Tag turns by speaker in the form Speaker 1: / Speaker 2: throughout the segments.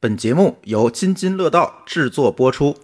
Speaker 1: 本节目由津津乐道制作播出。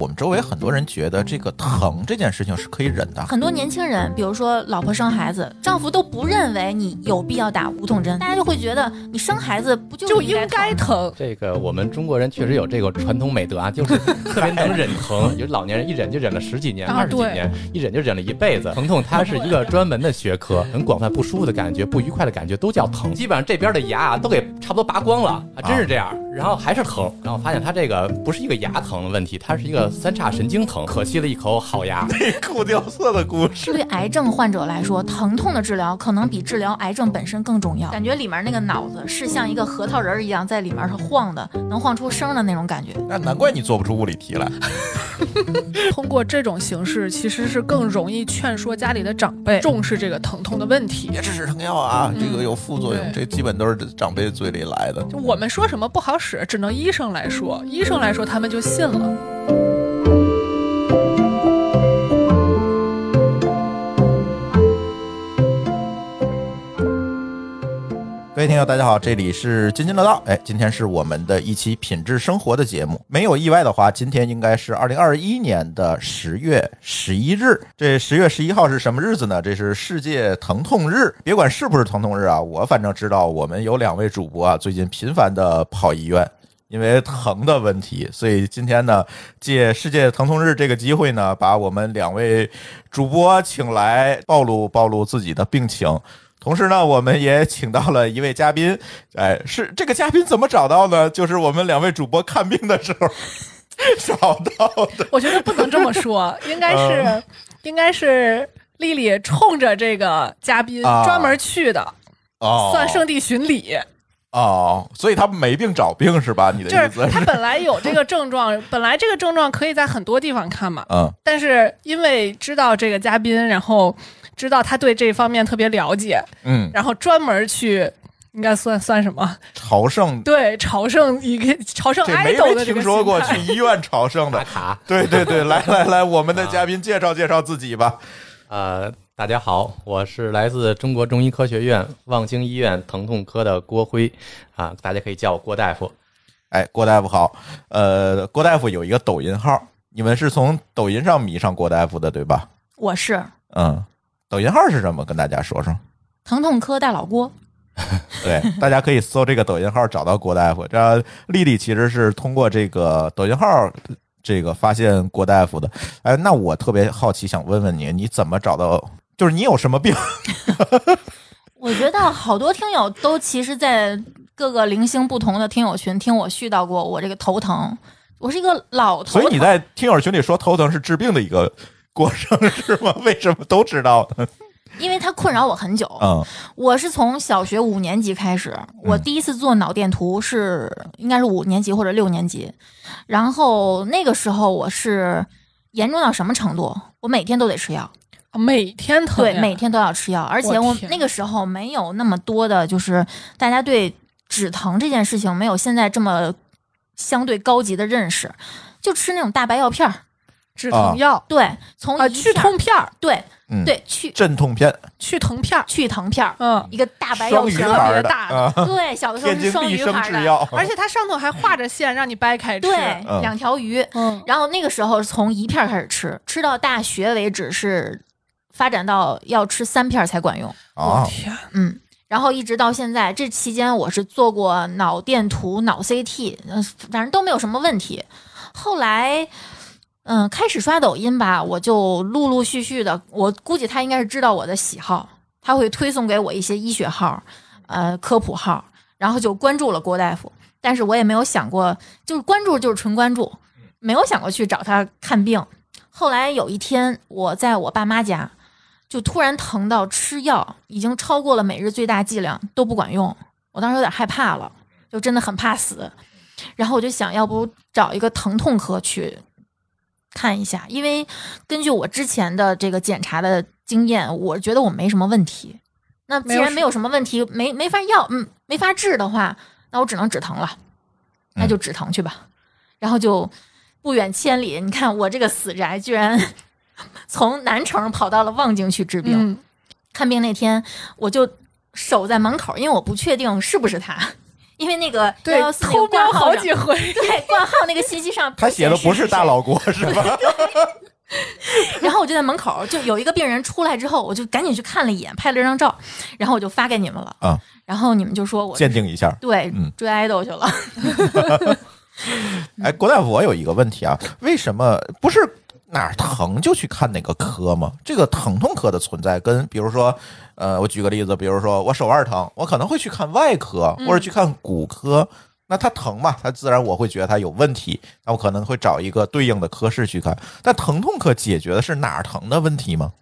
Speaker 2: 我们周围很多人觉得这个疼这件事情是可以忍的，
Speaker 3: 很多年轻人，比如说老婆生孩子，丈夫都不认为你有必要打无痛针，大家就会觉得你生孩子不就
Speaker 4: 就
Speaker 3: 应
Speaker 4: 应该
Speaker 3: 疼？
Speaker 4: 疼。
Speaker 5: 这个我们中国人确实有这个传统美 德啊，就是特别能忍疼，有老年人一忍就忍了十几年、
Speaker 4: 啊
Speaker 5: 二十几
Speaker 4: 对
Speaker 5: 年，一忍就忍了一辈子。疼痛它是一个专门的学科， 很广泛，不舒服的感觉、不愉快的感觉都叫疼。基本上这边的牙啊都给差不多拔光了，啊，真是这样。然后还是疼，然后发现它这个不是一个牙疼的问题，它是一个三叉神经疼，可惜了一口好牙。
Speaker 2: 哎哭掉色的故事。
Speaker 3: 对癌症患者来说，疼痛的治疗可能比治疗癌症本身更重要。感觉里面那个脑子是像一个核桃仁儿一样在里面是晃的，能晃出声儿的那种感觉。
Speaker 2: 那难怪你做不出物理题来。
Speaker 4: 通过这种形式，其实是更容易劝说家里的长辈重视这个疼痛的问题。
Speaker 2: 别吃止疼药啊，
Speaker 4: 嗯
Speaker 2: 这个有副作用，这
Speaker 4: 对
Speaker 2: 基本都是长辈嘴里来的。
Speaker 4: 就我们说什么不好使，只能医生来说，医生来说他们就信了。
Speaker 2: 各位听友，大家好，这里是津津乐道。哎，今天是我们的一期品质生活的节目。没有意外的话，今天应该是二零二一年的十月十一日。这十月十一号是什么日子呢？这是世界疼痛日。别管是不是疼痛日啊，我反正知道我们有两位主播啊，最近频繁的跑医院。因为疼的问题，所以今天呢，借世界疼痛日这个机会呢，把我们两位主播请来，暴露暴露自己的病情。同时呢，我们也请到了一位嘉宾，哎，是这个嘉宾怎么找到呢？就是我们两位主播看病的时候 找到的。
Speaker 4: 我觉得不能这么 说，应该
Speaker 2: 嗯
Speaker 4: 是，应该是丽丽冲着这个嘉宾
Speaker 2: 啊
Speaker 4: 专门去的，
Speaker 2: 哦，
Speaker 4: 算圣地巡礼。
Speaker 2: 哦，所以他没病找病是吧？你的
Speaker 4: 就
Speaker 2: 意
Speaker 4: 是
Speaker 2: 思
Speaker 4: 他
Speaker 2: 是？
Speaker 4: 本来有这个症状，本来这个症状可以在很多地方看嘛，
Speaker 2: 嗯，
Speaker 4: 但是因为知道这个嘉宾，然后知道他对这方面特别了解，
Speaker 2: 嗯，
Speaker 4: 然后专门去。应该算算什么？
Speaker 2: 朝圣
Speaker 4: 对，朝圣一个朝圣
Speaker 2: 这没
Speaker 4: idol
Speaker 2: 没
Speaker 4: 的这个
Speaker 2: 听说过
Speaker 4: 心态
Speaker 2: 去医院朝圣
Speaker 5: 打
Speaker 2: 的。
Speaker 5: 卡。
Speaker 2: 对对对，来来来，我们的嘉宾介绍介绍自己吧。
Speaker 5: 呃，大家好，我是来自中国中医科学院望京医院疼痛科的郭辉，啊，大家可以叫我郭大夫。
Speaker 2: 哎，郭大夫好，呃，郭大夫有一个抖音号，你们是从抖音上迷上郭大夫的对吧？
Speaker 3: 我是
Speaker 4: 啊
Speaker 2: 嗯，抖音号是什么？跟大家说说。
Speaker 3: 疼痛科大老郭，
Speaker 2: 对，大家可以搜这个抖音号找到郭大夫。这丽丽其实是通过这个抖音号这个发现郭大夫的。哎，那我特别好奇，想问问你，你怎么找到？就是你有什么病？
Speaker 3: 我觉得好多听友都其实，在各个零星不同的听友群听我絮叨过我这个头疼。我是一个老头
Speaker 2: 所
Speaker 3: 疼，
Speaker 2: 以你在听友群里说头疼是治病的一个过程 是吗？为什么都知道呢？
Speaker 3: 因为它困扰我很久。
Speaker 2: 嗯，
Speaker 3: 我是从小学五年级开始，我第一次做脑电图是应该是五年级或者六年级，然后那个时候我是严重到什么程度？我每天都得吃药，
Speaker 4: 每天疼呀，
Speaker 3: 对，每天都要吃药，而且我
Speaker 4: 天
Speaker 3: 那个时候没有那么多的，就是大家对止疼这件事情没有现在这么相对高级的认识，就吃那种大白药片儿，
Speaker 4: 止
Speaker 2: 啊
Speaker 4: 疼药
Speaker 3: 对，从
Speaker 4: 啊，
Speaker 3: 一
Speaker 4: 去
Speaker 3: 片儿
Speaker 4: 痛片儿，
Speaker 3: 对
Speaker 2: 嗯
Speaker 3: 对去
Speaker 2: 镇痛片，
Speaker 4: 去疼片儿，
Speaker 3: 去疼片儿，
Speaker 4: 嗯，
Speaker 2: 哦
Speaker 3: 一个大白药
Speaker 2: 双鱼
Speaker 3: 片
Speaker 4: 儿
Speaker 3: 儿，
Speaker 2: 牌儿
Speaker 4: 特别大
Speaker 2: 啊，
Speaker 3: 对，小的时候
Speaker 2: 天
Speaker 3: 是
Speaker 2: 津
Speaker 3: 双
Speaker 2: 必
Speaker 3: 鱼
Speaker 2: 生
Speaker 3: 牌
Speaker 2: 制
Speaker 3: 的。
Speaker 2: 药。
Speaker 4: 而且它上头还画着线，让你掰开吃。
Speaker 3: 对，
Speaker 2: 嗯
Speaker 3: 两条鱼。
Speaker 4: 嗯，
Speaker 3: 然后那个时候从一片儿开始吃，吃到大学为止是发展到要吃三片儿才管用，
Speaker 2: 啊
Speaker 4: 我，天，
Speaker 3: 嗯。然后一直到现在，这期间我是做过脑电图、脑 CT，呃反正都没有什么问题。后来，嗯、开始刷抖音吧，我就陆陆续续的，我估计他应该是知道我的喜好，他会推送给我一些医学号、呃科普号，然后就关注了郭大夫。但是我也没有想过，就是关注就是纯关注，没有想过去找他看病。后来有一天，我在我爸妈家，就突然疼到吃药已经超过了每日最大剂量，都不管用。我当时有点害怕了，就真的很怕死。然后我就想要不找一个疼痛科去看一下，因为根据我之前的这个检查的经验，我觉得我没什么问题。那既
Speaker 4: 没有
Speaker 3: 然
Speaker 4: 什
Speaker 3: 没有什么问题，没没法药，嗯，没法治的话，那我只能止疼了，那
Speaker 2: 嗯
Speaker 3: 就止疼去吧。然后就不远千里，你看我这个死宅居然 从南城跑到了望京去治病。
Speaker 4: 嗯，
Speaker 3: 看病那天，我就守在门口，因为我不确定是不是他，因为那个幺
Speaker 4: 对
Speaker 3: 幺，四那
Speaker 4: 偷
Speaker 3: 个
Speaker 4: 瞄
Speaker 3: 挂号
Speaker 4: 好
Speaker 3: 上，
Speaker 4: 几回，
Speaker 3: 对挂号那个信息上
Speaker 2: 他写的不是大
Speaker 3: 佬。
Speaker 2: 老国是 吧？
Speaker 3: 然后我就在门口，就有一个病人出来之后，我就赶紧去看了一眼，拍了张照，然后我就发给你们了。
Speaker 2: 啊，
Speaker 3: 然后你们就说我
Speaker 2: 鉴定一下。
Speaker 3: 对
Speaker 2: 嗯
Speaker 3: 追爱豆去了，
Speaker 2: 哎，郭大夫，我有一个问题啊，为什么不是哪儿疼就去看哪个科吗？这个疼痛科的存在跟比如说，呃，我举个例子，比如说我手腕疼，我可能会去看外科或者去看骨科。那它疼嘛，它自然我会觉得它有问题，那我可能会找一个对应的科室去看。但疼痛科解决的是哪儿疼的问题吗？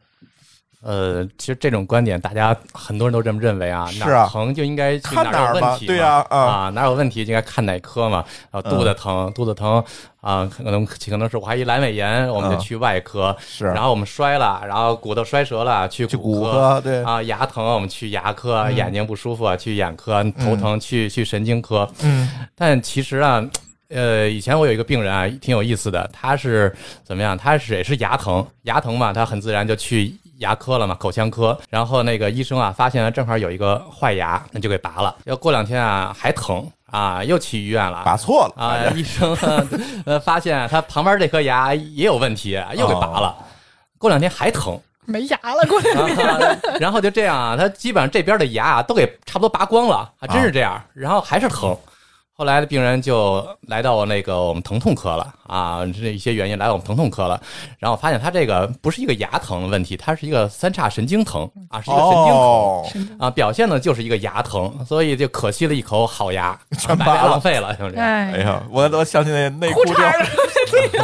Speaker 5: 呃，其实这种观点，大家很多人都这么认为啊，
Speaker 2: 是
Speaker 5: 哪
Speaker 2: 啊
Speaker 5: 儿疼就应该去
Speaker 2: 看
Speaker 5: 哪
Speaker 2: 哪
Speaker 5: 儿
Speaker 2: 儿
Speaker 5: 有
Speaker 2: 嘛
Speaker 5: 问题
Speaker 2: 对
Speaker 5: 嘛
Speaker 2: 啊啊嗯
Speaker 5: 哪儿有问题就应该看哪科嘛。啊，肚子疼，肚子疼啊，可能可能是我还一阑尾炎，我们就
Speaker 2: 嗯
Speaker 5: 去外科。
Speaker 2: 是
Speaker 5: 然后我们摔了，然后骨头摔折了，去
Speaker 2: 去
Speaker 5: 骨
Speaker 2: 骨科对嗯
Speaker 5: 啊，牙疼我们去牙科，啊眼睛不舒服去眼科，头疼去去神经科。
Speaker 2: 嗯
Speaker 5: 但其实啊，呃，以前我有一个病人啊，挺有意思的，他是怎么样？他是也是牙疼，牙疼嘛，他很自然就去牙科了嘛，口腔科。然后那个医生啊，发现了正好有一个坏牙，那就给拔了。要过两天啊，还疼啊，又去医院了。
Speaker 2: 拔错了
Speaker 5: 啊，医生啊 呃发现他旁边这颗牙也有问题，又给拔
Speaker 2: 哦
Speaker 5: 了。过两天还疼，
Speaker 4: 没牙了，过来。
Speaker 5: 啊 然后就这样啊，他基本上这边的牙啊都给差不多拔光了，还
Speaker 2: 啊
Speaker 5: 真是这样，然后还是疼。后来的病人就来到那个我们疼痛科了啊，这一些原因来到我们疼痛科了，然后发现他这个不是一个牙疼的问题，它是一个三叉神经疼啊，是一个神经疼。
Speaker 2: 哦，
Speaker 5: 啊，表现呢就是一个牙疼，所以就可惜了一口好牙，
Speaker 2: 全
Speaker 5: 白
Speaker 2: 拔
Speaker 5: 白
Speaker 2: 了
Speaker 5: 浪费了，就是这样。
Speaker 2: 哎
Speaker 4: 哎，
Speaker 2: 呀，我都想起那内裤掉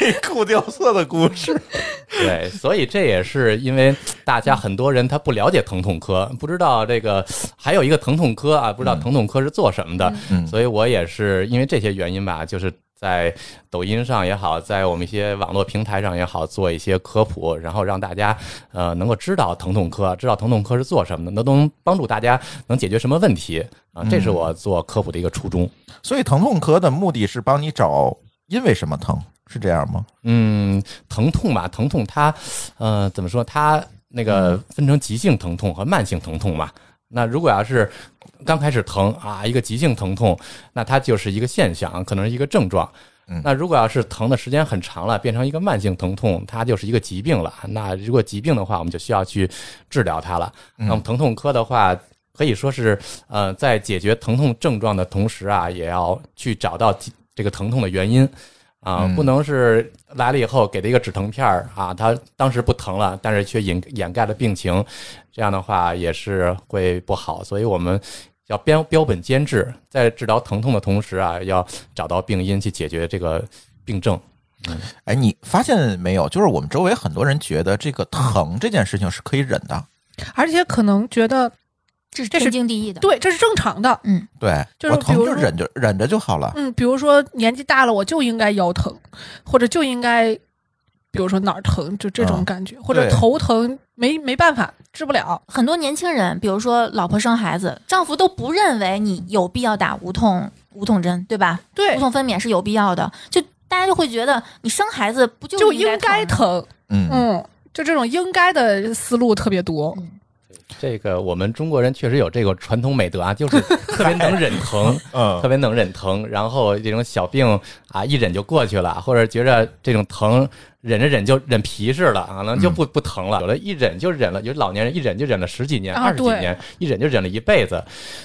Speaker 2: 内裤掉色的故事。
Speaker 5: 对，所以这也是因为大家很多人他不了解疼痛科，不知道这个还有一个疼痛科啊，不知道疼痛科是做什么的，
Speaker 2: 嗯
Speaker 5: 所以我也是因为这些原因吧，就是在抖音上也好，在我们一些网络平台上也好，做一些科普，然后让大家呃能够知道疼痛科，知道疼痛科是做什么的，能能帮助大家能解决什么问题啊，这
Speaker 2: 嗯
Speaker 5: 是我做科普的一个初衷。
Speaker 2: 所以疼痛科的目的是帮你找因为什么疼，是这样吗？
Speaker 5: 嗯，疼痛吧，疼痛它，呃，怎么说？它那个分成急性疼痛和慢性疼痛嘛。那如果要是刚开始疼啊，一个急性疼痛，那它就是一个现象，可能是一个症状
Speaker 2: 嗯。
Speaker 5: 那如果要是疼的时间很长了，变成一个慢性疼痛，它就是一个疾病了。那如果疾病的话，我们就需要去治疗它了。那我们疼痛科的话，可以说是呃，在解决疼痛症状的同时啊，也要去找到这个疼痛的原因啊，
Speaker 2: 嗯
Speaker 5: 不能是来了以后给他一个止疼片儿啊，他当时不疼了，但是却掩掩盖了病情，这样的话也是会不好。所以我们要标标本兼治，在治疗疼痛的同时啊，要找到病因去解决这个病症。
Speaker 2: 哎，你发现没有？就是我们周围很多人觉得这个疼这件事情是可以忍的。
Speaker 4: 而且可能觉得
Speaker 3: 这是
Speaker 4: 这是
Speaker 3: 天经地义的。
Speaker 4: 对，这是正常的。
Speaker 2: 对，
Speaker 4: 就是
Speaker 2: 我疼
Speaker 4: 比如
Speaker 2: 就
Speaker 4: 说
Speaker 2: 忍着忍着就好了。
Speaker 4: 嗯，比如说年纪大了，我就应该腰疼，或者就应该，比如说哪儿疼，就这
Speaker 2: 啊
Speaker 4: 种感觉，或者
Speaker 2: 对
Speaker 4: 头疼，没没办法，治不了。
Speaker 3: 很多年轻人，比如说老婆生孩子，丈夫都不认为你有必要打无痛无痛针，对吧？
Speaker 4: 对
Speaker 3: 无，痛分娩是有必要的，就大家就会觉得你生孩子不就
Speaker 4: 就是应该
Speaker 3: 该疼吗？
Speaker 4: 疼。
Speaker 2: 嗯，
Speaker 4: 嗯，就这种应该的思路特别多。
Speaker 5: 这个我们中国人确实有这个传统美德啊，就是特别能忍疼，
Speaker 2: 嗯
Speaker 5: 特别能忍疼，然后这种小病啊一忍就过去了，或者觉着这种疼忍着忍就忍皮实了，可能就不不疼了。有的一忍就忍了，有的老年人一忍就忍了十几年、
Speaker 4: 啊
Speaker 5: 二十几
Speaker 4: 对
Speaker 5: 年，一忍就忍了一辈子。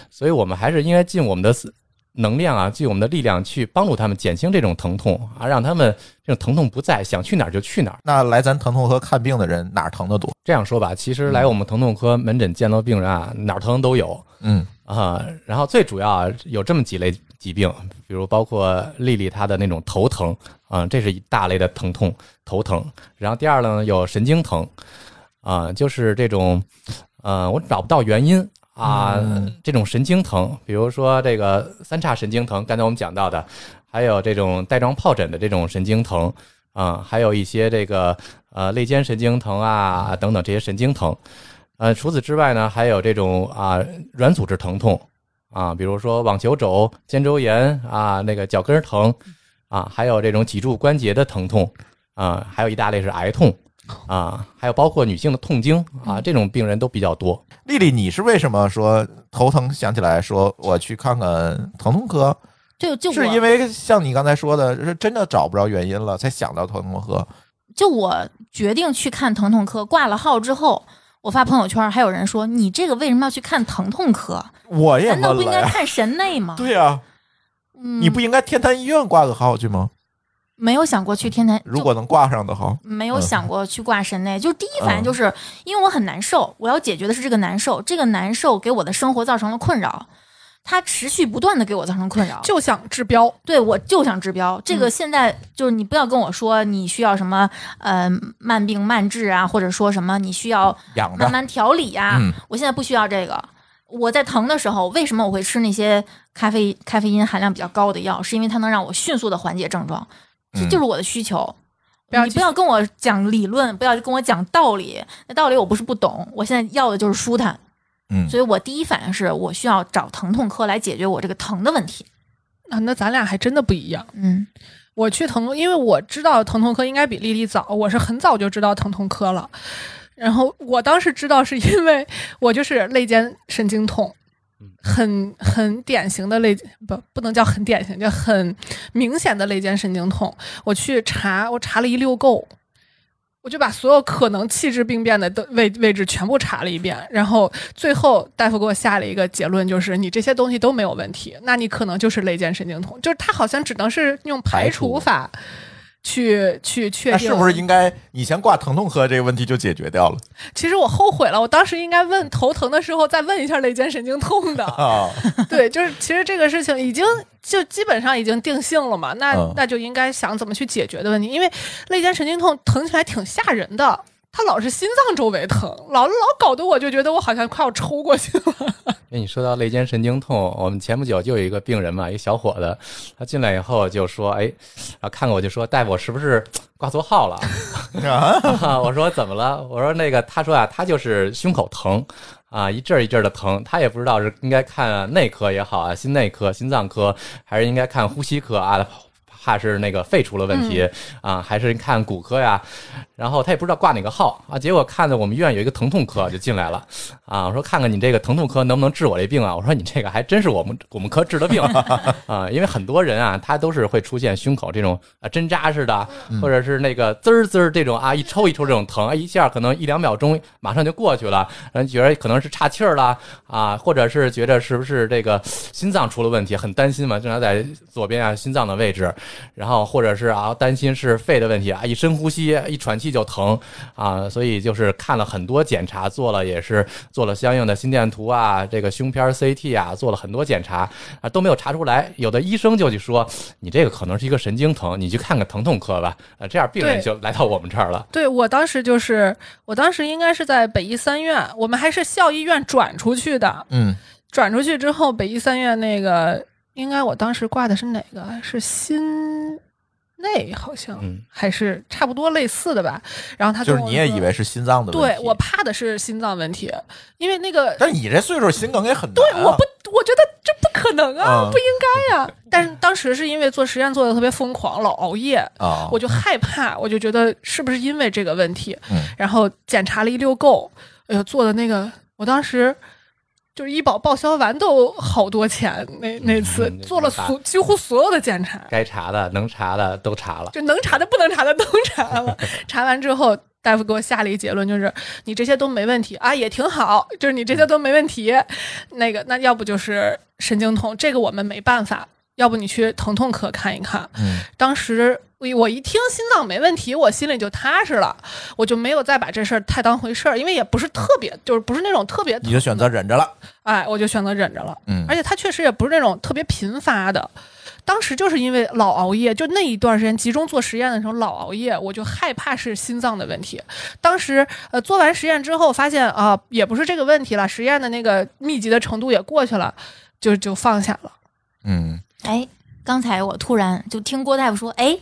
Speaker 5: 所以我们还是应该尽我们的思能量啊，尽我们的力量去帮助他们减轻这种疼痛啊，让他们这种疼痛不在，想去哪儿就去哪儿。
Speaker 2: 那来咱疼痛科看病的人哪儿疼的多？
Speaker 5: 这样说吧，其实来我们疼痛科门诊见到病人啊，哪儿疼都有。
Speaker 2: 嗯
Speaker 5: 啊、然后最主要啊有这么几类疾病，比如包括丽丽她的那种头疼，啊、这是一大类的疼痛，头疼。然后第二呢，有神经疼，啊、就是这种，呃，我找不到原因啊，这种神经疼，比如说这个三叉神经疼，刚才我们讲到的，还有这种带状疱疹的这种神经疼，啊、还有一些这个呃肋间神经疼啊等等这些神经疼。呃，除此之外呢，还有这种啊、软组织疼痛啊，比如说网球肘、肩周炎啊，那个脚跟儿疼啊，还有这种脊柱关节的疼痛啊，还有一大类是癌痛啊，还有包括女性的痛经啊，这种病人都比较多。
Speaker 2: 丽丽，你是为什么说头疼想起来说我去看看疼痛科？
Speaker 3: 就就我
Speaker 2: 是因为像你刚才说的，是真的找不着原因了，才想到疼痛科。
Speaker 3: 就我决定去看疼痛科，挂了号之后，我发朋友圈，还有人说你这个为什么要去看疼痛科？
Speaker 2: 我也
Speaker 3: 难
Speaker 2: 问
Speaker 3: 道不应
Speaker 2: 了
Speaker 3: 该
Speaker 2: 呀，
Speaker 3: 看神内吗？
Speaker 2: 对呀、
Speaker 3: 嗯，
Speaker 2: 你不应该天坛医院挂个号去吗？
Speaker 3: 没有想过去天坛？
Speaker 2: 如果能挂上的号，
Speaker 3: 就
Speaker 2: 嗯
Speaker 3: 没有想过去挂神内，就第一反
Speaker 2: 嗯
Speaker 3: 应就是、因为我很难受，我要解决的是这个难受，这个难受给我的生活造成了困扰，它持续不断的给我造成困扰。
Speaker 4: 就想治标，
Speaker 3: 对我就想治标，这个
Speaker 4: 嗯
Speaker 3: 现在就是你不要跟我说你需要什么呃慢病慢治啊，或者说什么你需要
Speaker 2: 养着
Speaker 3: 慢，慢调理呀、
Speaker 2: 嗯，
Speaker 3: 我现在不需要这个。我在疼的时候，为什么我会吃那些咖啡咖啡因含量比较高的药？是因为它能让我迅速的缓解症状，这
Speaker 2: 嗯
Speaker 3: 就是我的需求。
Speaker 4: 不要
Speaker 3: 你
Speaker 4: 去
Speaker 3: 不要跟我讲理论，不要跟我讲道理，那道理我不是不懂，我现在要的就是舒坦。
Speaker 2: 嗯
Speaker 3: 所以我第一反应是我需要找疼痛科来解决我这个疼的问题。
Speaker 4: 啊，那咱俩还真的不一样。
Speaker 3: 嗯
Speaker 4: 我去疼痛，因为我知道疼痛科应该比丽丽早，我是很早就知道疼痛科了。然后我当时知道是因为我就是肋间神经痛，
Speaker 2: 嗯
Speaker 4: 很很典型的肋不不能叫很典型，就很明显的肋间神经痛。我去查，我查了一溜够，我就把所有可能器质病变的都位位置全部查了一遍，然后最后大夫给我下了一个结论，就是你这些东西都没有问题，那你可能就是肋间神经痛，就是他好像只能是用排除法去去确
Speaker 2: 那
Speaker 4: 定，
Speaker 2: 是不是？应该你先挂疼痛科这个问题就解决掉了，
Speaker 4: 其实我后悔了，我当时应该问头疼的时候再问一下肋间神经痛的
Speaker 2: 啊？
Speaker 4: 对，就是其实这个事情已经就基本上已经定性了嘛，那、
Speaker 2: 嗯
Speaker 4: 那就应该想怎么去解决的问题，因为肋间神经痛疼起来挺吓人的。它老是心脏周围疼，老老搞得我就觉得我好像快要抽过去了。
Speaker 5: 那你说到肋间神经痛，我们前不久就有一个病人嘛，一个小伙子，他进来以后就说：“哎，然后看看我就说，大夫，我是不是挂错号了？” 啊我说怎么了？我说那个，他说啊，他就是胸口疼啊，一阵儿一阵儿的疼，他也不知道是应该看内科也好啊，心内科、心脏科，还是应该看呼吸科啊。怕是那个肺出了问题、啊，还是看骨科呀？然后他也不知道挂哪个号啊，结果看到我们医院有一个疼痛科就进来了，啊，我说看看你这个疼痛科能不能治我这病啊？我说你这个还真是我们我们科治的病啊，因为很多人啊，他都是会出现胸口这种啊针扎似的，或者是那个滋儿滋儿这种啊一抽一抽这种疼，哎一下可能一两秒钟马上就过去了，人觉得可能是岔气儿了啊，或者是觉得是不是这个心脏出了问题，很担心嘛，经常在左边啊心脏的位置，然后或者是啊担心是肺的问题啊，一深呼吸一喘气就疼啊，所以就是看了很多检查，做了也是做了相应的心电图啊，这个胸片 CT 啊，做了很多检查啊都没有查出来，有的医生就去说你这个可能是一个神经疼，你去看看疼痛科吧，啊这样病人
Speaker 4: 对
Speaker 5: 就来到我们这儿了。
Speaker 4: 对我当时就是，我当时应该是在北医三院，我们还是校医院转出去的。
Speaker 2: 嗯，
Speaker 4: 转出去之后，北医三院那个，应该我当时挂的是哪个？是心内好像，
Speaker 5: 嗯
Speaker 4: 还是差不多类似的吧。然后他
Speaker 2: 就是
Speaker 4: 跟我
Speaker 2: 你也
Speaker 4: 说
Speaker 2: 以为是心脏的问
Speaker 4: 对
Speaker 2: 题，
Speaker 4: 我怕的是心脏问题，因为那个
Speaker 2: 但是啊你这岁数心梗也很难、
Speaker 4: 对，我不，我觉得这不可能啊，
Speaker 2: 嗯
Speaker 4: 不应该呀、但是当时是因为做实验做的特别疯狂，老熬夜，
Speaker 2: 啊，
Speaker 4: 我就害怕，我就觉得是不是因为这个问题？
Speaker 2: 嗯
Speaker 4: 然后检查了一溜够，哎呦，做的那个，我当时。就是医保报销完都好多钱，那那次
Speaker 5: 嗯
Speaker 4: 做了所几乎所有的检查，
Speaker 5: 该查的、能查的都查了。
Speaker 4: 就能查的不能查的都查 了。查完之后，大夫给我下了一结论，就是你这些都没问题啊，也挺好，就是你这些都没问题。那个，那要不就是神经痛，这个我们没办法，要不你去疼痛科看一看。
Speaker 2: 嗯
Speaker 4: 当时我我一听心脏没问题，我心里就踏实了，我就没有再把这事儿太当回事儿，因为也不是特别，就是不是那种特别
Speaker 2: 你就选择忍着了，
Speaker 4: 哎，我就选择忍着了。
Speaker 2: 嗯
Speaker 4: 而且他确实也不是那种特别频发的。当时就是因为老熬夜，就那一段时间集中做实验的时候老熬夜，我就害怕是心脏的问题。当时呃做完实验之后发现啊、也不是这个问题了，实验的那个密集的程度也过去了，就就放下了。
Speaker 2: 嗯，
Speaker 3: 哎，刚才我突然就听郭大夫说，哎，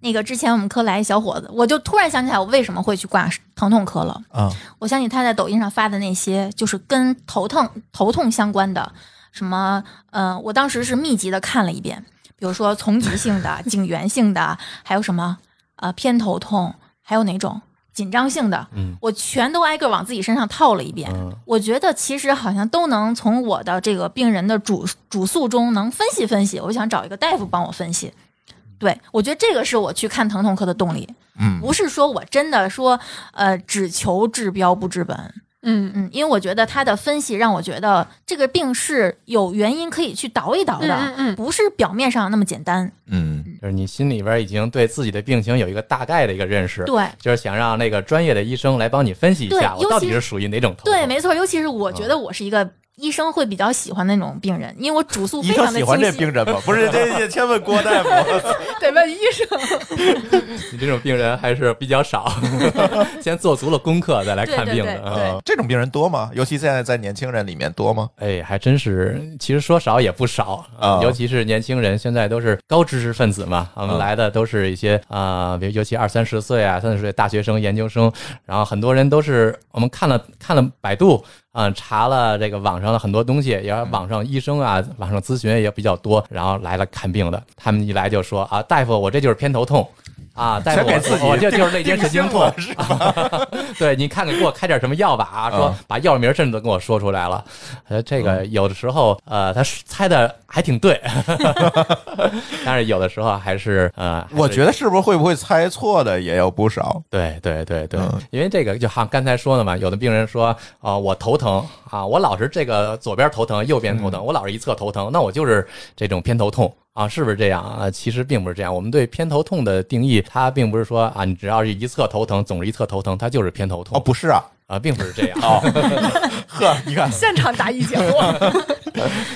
Speaker 3: 那个之前我们科来一小伙子，我就突然想起来我为什么会去挂疼痛科了。
Speaker 2: 啊，
Speaker 3: 我相信他在抖音上发的那些，就是跟头疼、头痛相关的，什么，呃，我当时是密集的看了一遍，比如说 丛集性的、颈源性的，还有什么，呃，偏头痛，还有哪种？紧张性的，
Speaker 5: 嗯
Speaker 3: 我全都挨个往自己身上套了一遍。
Speaker 5: 嗯
Speaker 3: 我觉得其实好像都能从我的这个病人的主主诉中能分析分析，我想找一个大夫帮我分析。对，我觉得这个是我去看疼痛科的动力，
Speaker 2: 嗯，
Speaker 3: 不是说我真的说，呃，只求治标不治本，
Speaker 4: 嗯
Speaker 3: 嗯，因为我觉得他的分析让我觉得这个病是有原因可以去倒一倒的，
Speaker 4: 嗯嗯嗯
Speaker 3: 不是表面上那么简单。
Speaker 2: 嗯，
Speaker 5: 就是你心里边已经对自己的病情有一个大概的一个认识，
Speaker 3: 对
Speaker 5: 就是想让那个专业的医生来帮你分析一下，
Speaker 3: 对
Speaker 5: 我到底
Speaker 3: 尤其
Speaker 5: 是属于哪种疼痛。
Speaker 3: 对，没错，尤其是
Speaker 2: 嗯
Speaker 3: 我觉得我是一个医生会比较喜欢那种病人，因为我主诉
Speaker 2: 医
Speaker 3: 非
Speaker 2: 生
Speaker 3: 常的
Speaker 2: 喜欢
Speaker 3: 清
Speaker 2: 这
Speaker 3: 晰
Speaker 2: 病。人吗？不是，这这千问郭大 夫。
Speaker 4: 得问医生。
Speaker 5: 你 这种病人还是比较 少， 先做足了功课再来看病的。
Speaker 3: 对对
Speaker 5: 啊
Speaker 3: 对
Speaker 2: 哎这种病人多吗？尤其现在在年轻人里面多吗？
Speaker 5: 哎，还真是，其实说少也不少
Speaker 2: 啊
Speaker 5: 尤其是年轻人，现在都是高知识分子嘛，我
Speaker 2: 啊
Speaker 5: 们来的都是一些啊、比如尤其二三十岁啊，三十岁大学生、研究生，然后很多人都是我们看了看了百度啊、查了这个网上的很多东西，也网上医生啊，网上咨询也比较多，然后来了看病的，他们一来就说啊，大夫，我这就是偏头痛。啊，大
Speaker 2: 全
Speaker 5: 夫，
Speaker 2: 给自己
Speaker 5: 我我这就是肋间神经
Speaker 2: 定性
Speaker 5: 痛
Speaker 2: 了，是
Speaker 5: 对你看看，给我开点什么药吧啊！说
Speaker 2: 嗯
Speaker 5: 把药名甚至都跟我说出来了，呃，这个有的时候呃，他猜的还挺 对，但是有的时候还是呃，还是
Speaker 2: 我觉得是不是会不会猜错的也有不少？
Speaker 5: 对对对对
Speaker 2: 嗯，
Speaker 5: 因为这个就像刚才说的嘛，有的病人说啊、我头疼啊，我老是这个左边头疼，右边头疼，
Speaker 2: 嗯
Speaker 5: 我老是一侧头疼，那我就是这种偏头痛。啊，是不是这样啊？其实并不是这样。我们对偏头痛的定义，它并不是说啊，你只要是一侧头疼，总是一侧头疼，它就是偏头
Speaker 2: 哦，
Speaker 5: 痛啊、
Speaker 2: 不是啊，
Speaker 5: 并不是这样。
Speaker 2: 哦，呵，你看，
Speaker 4: 现场答疑解惑，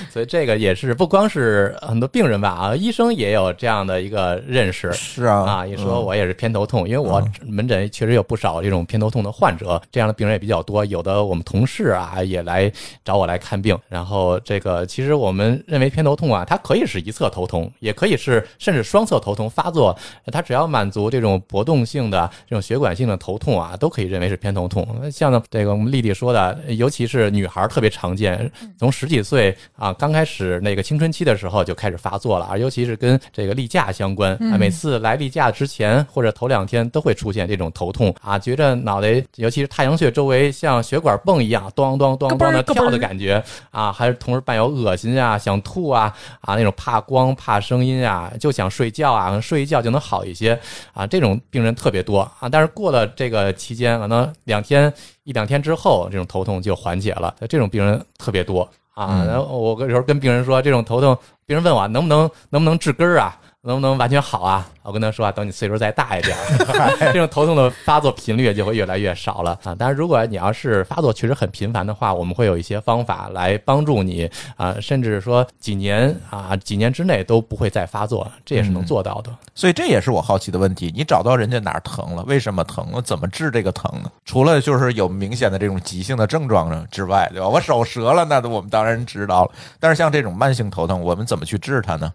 Speaker 5: 所以这个也是不光是很多病人吧啊，医生也有这样的一个认识。
Speaker 2: 是啊，嗯
Speaker 5: 啊，也说我也是偏头痛，因为我门诊确实有不少这种偏头痛的患者，这样的病人也比较多。有的我们同事啊也来找我来看病，然后这个其实我们认为偏头痛啊，它可以是一侧头痛，也可以是甚至双侧头痛发作，它只要满足这种搏动性的这种血管性的头痛啊，都可以认为是偏头痛。像这个我们丽丽说的，尤其是女孩儿特别常见，
Speaker 4: 嗯
Speaker 5: 从十几岁啊刚开始那个青春期的时候就开始发作了，啊，尤其是跟这个例假相关。
Speaker 4: 嗯
Speaker 5: 啊，每次来例假之前或者头两天都会出现这种头痛啊，觉着脑袋尤其是太阳穴周围像血管泵一样咚咚咚咚的
Speaker 4: 咯嘣儿咯嘣儿
Speaker 5: 跳的感觉啊，还是同时伴有恶心啊、想吐啊啊那种怕光、怕声音啊，就想睡觉啊，睡一觉就能好一些。啊，这种病人特别多啊。但是过了这个期间，可能两天一两天之后，这种头痛就缓解了。这种病人特别多啊。
Speaker 2: 嗯
Speaker 5: 然后我有时候跟病人说，这种头痛，病人问我能不能能不能治根儿啊，能不能完全好啊？我跟他说啊，等你岁数再大一点儿， 这种头痛的发作频率就会越来越少了啊。当然，如果你要是发作确实很频繁的话，我们会有一些方法来帮助你啊，甚至说几年啊几年之内都不会再发作，这也是能
Speaker 2: 嗯
Speaker 5: 做到的。
Speaker 2: 所以这也是我好奇的问题：你找到人家哪儿疼了？为什么疼了？怎么治这个疼呢？除了就是有明显的这种急性的症状呢之外，对吧？我手折了，那我们当然知道了。但是像这种慢性头疼，我们怎么去治它呢？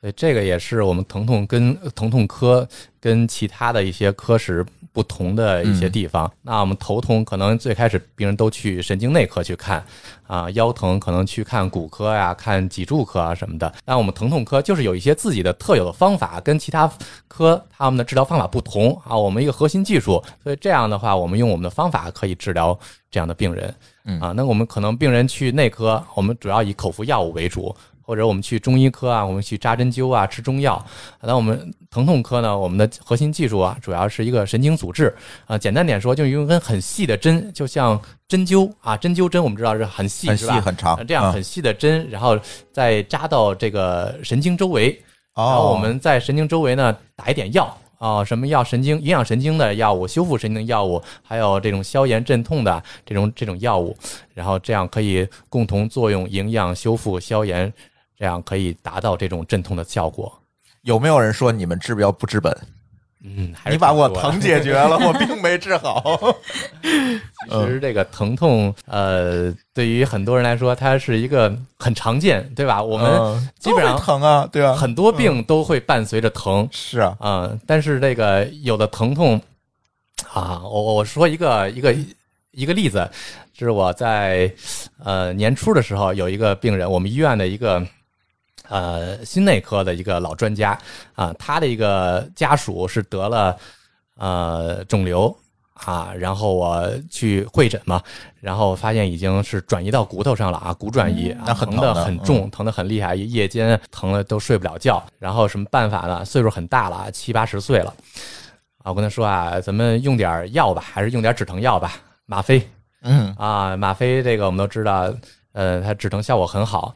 Speaker 5: 所以这个也是我们疼痛跟呃疼痛科跟其他的一些科室不同的一些地方。那我们头痛可能最开始病人都去神经内科去看啊，腰疼可能去看骨科呀、看脊柱科啊什么的。但我们疼痛科就是有一些自己的特有的方法，跟其他科他们的治疗方法不同啊。我们一个核心技术，所以这样的话，我们用我们的方法可以治疗这样的病人。
Speaker 2: 嗯
Speaker 5: 啊，那我们可能病人去内科，我们主要以口服药物为主，或者我们去中医科啊，我们去扎针灸啊，吃中药。那我们疼痛科呢，我们的核心技术啊，主要是一个神经阻滞啊。简单点说，就是用一根很细的针，就像针灸啊，针灸针我们知道是很细，
Speaker 2: 很
Speaker 5: 是
Speaker 2: 细
Speaker 5: 吧
Speaker 2: 很长
Speaker 5: 啊这样
Speaker 2: 嗯
Speaker 5: 很细的针，然后再扎到这个神经周围，然
Speaker 2: 哦
Speaker 5: 后我们在神经周围呢打一点药啊、什么药？神经营养神经的药物、修复神经药物，还有这种消炎镇痛的这种这种药物，然后这样可以共同作用营养、修复、消炎，这样可以达到这种镇痛的效果。
Speaker 2: 有没有人说你们治标不治本？
Speaker 5: 嗯，还是
Speaker 2: 你把
Speaker 5: 挺
Speaker 2: 我
Speaker 5: 多的
Speaker 2: 疼解决了，我并没治好。
Speaker 5: 嗯其实这个疼痛，呃，对于很多人来说，它是一个很常见，对吧？我
Speaker 2: 我
Speaker 5: 们基本上
Speaker 2: 疼啊，对吧？
Speaker 5: 很多病都会伴随着疼，
Speaker 2: 是啊，
Speaker 5: 啊、但是这个有的疼痛啊，我我说一个一个一个例子，就是我在呃年初的时候有一个病人，我们医院的一个呃心内科的一个老专家啊、他的一个家属是得了呃肿瘤啊，然后我去会诊嘛，然后发现已经是转移到骨头上了啊，骨转移，啊
Speaker 2: 那很
Speaker 5: 疼
Speaker 2: 疼
Speaker 5: 的
Speaker 2: 的
Speaker 5: 很重，疼的很厉害，夜间疼的都睡不了觉。然后什么办法呢？岁数很大了，七八十岁了，啊，我跟他说啊，咱们用点药吧，还是用点止疼药吧，吗啡
Speaker 2: 嗯，
Speaker 5: 啊，吗啡这个我们都知道，呃，它止疼效果很好。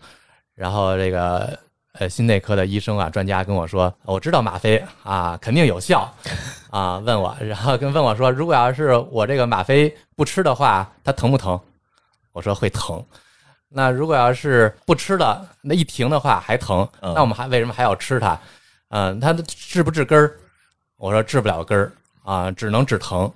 Speaker 5: 然后这个呃心内科的医生啊专家跟我说，我知道吗啡啊肯定有效 啊，问我，然后跟问我说，如果要是我这个吗啡不吃的话，它疼不疼？我说会疼。那如果要是不吃了，那一停的话还疼，
Speaker 2: 嗯
Speaker 5: 那我们还为什么还要吃它？嗯、它治不治根儿？我说治不了根儿啊、只能止疼。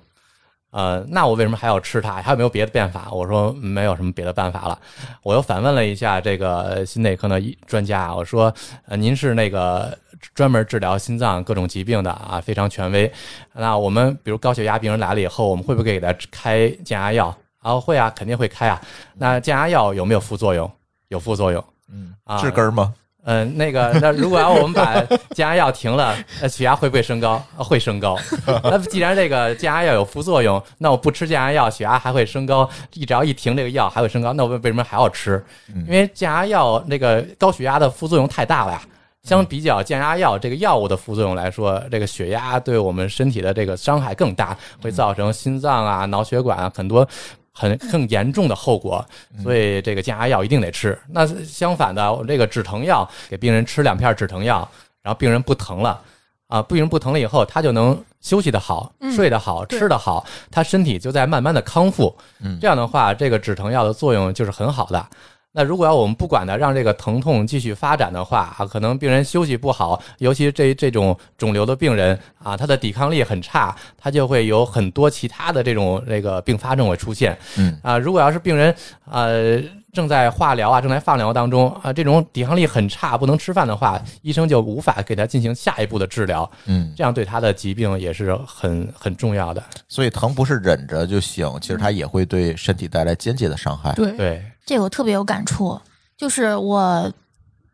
Speaker 5: 呃，那我为什么还要吃它？还有没有别的办法？我说没有什么别的办法了。我又反问了一下这个呃心内科的医专家，我说：“呃，您是那个专门治疗心脏各种疾病的啊，非常权威。那我们比如高血压病人来了以后，我们会不会给他开降压药？啊，会啊，肯定会开啊。那降压药有没有副作用？有副作用。
Speaker 2: 嗯
Speaker 5: 啊
Speaker 2: 治根儿吗？
Speaker 5: 嗯、那个，那如果要我们把降压药停了，那血压会不会升高？啊会升高。那既然这个降压药有副作用，那我不吃降压药，血压还会升高。一只要一停这个药还会升高，那我为什么还要吃？因为降压药那个高血压的副作用太大了呀。相比较降压药这个药物的副作用来说，这个血压对我们身体的这个伤害更大，会造成心脏啊、脑血管啊很多很更严重的后果。所以这个降压药一定得吃。那相反的，我这个止疼药给病人吃两片止疼药，然后病人不疼了啊，病人不疼了以后，他就能休息的好，
Speaker 4: 嗯
Speaker 5: 睡得好，
Speaker 4: 对
Speaker 5: 吃得好，他身体就在慢慢的康复。
Speaker 2: 嗯
Speaker 5: 这样的话，这个止疼药的作用就是很好的。那如果要我们不管它，让这个疼痛继续发展的话啊，可能病人休息不好，尤其这这种肿瘤的病人啊，他的抵抗力很差，他就会有很多其他的这种那个并发症会出现。
Speaker 2: 嗯
Speaker 5: 啊，如果要是病人呃正在化疗啊，正在放疗当中啊，这种抵抗力很差，不能吃饭的话，医生就无法给他进行下一步的治疗，
Speaker 2: 嗯，
Speaker 5: 这样对他的疾病也是很很重要的。
Speaker 2: 所以疼不是忍着就行，其实它也会对身体带来间接的伤害。
Speaker 4: 对，
Speaker 5: 对，
Speaker 3: 这个我特别有感触，就是我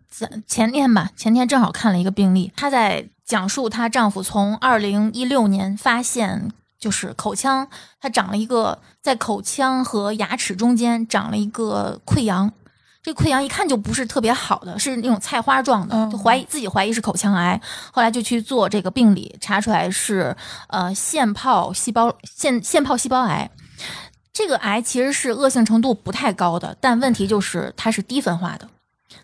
Speaker 3: 前前天吧，前天正好看了一个病例，她在讲述她丈夫从二零一六年发现就是口腔，她长了一个在口腔和牙齿中间长了一个溃疡。这溃疡一看就不是特别好的，是那种菜花状的，
Speaker 4: 嗯
Speaker 3: 就怀疑自己怀疑是口腔癌，后来就去做这个病理，查出来是呃腺泡细胞腺腺泡细胞癌。这个癌其实是恶性程度不太高的，但问题就是它是低分化的。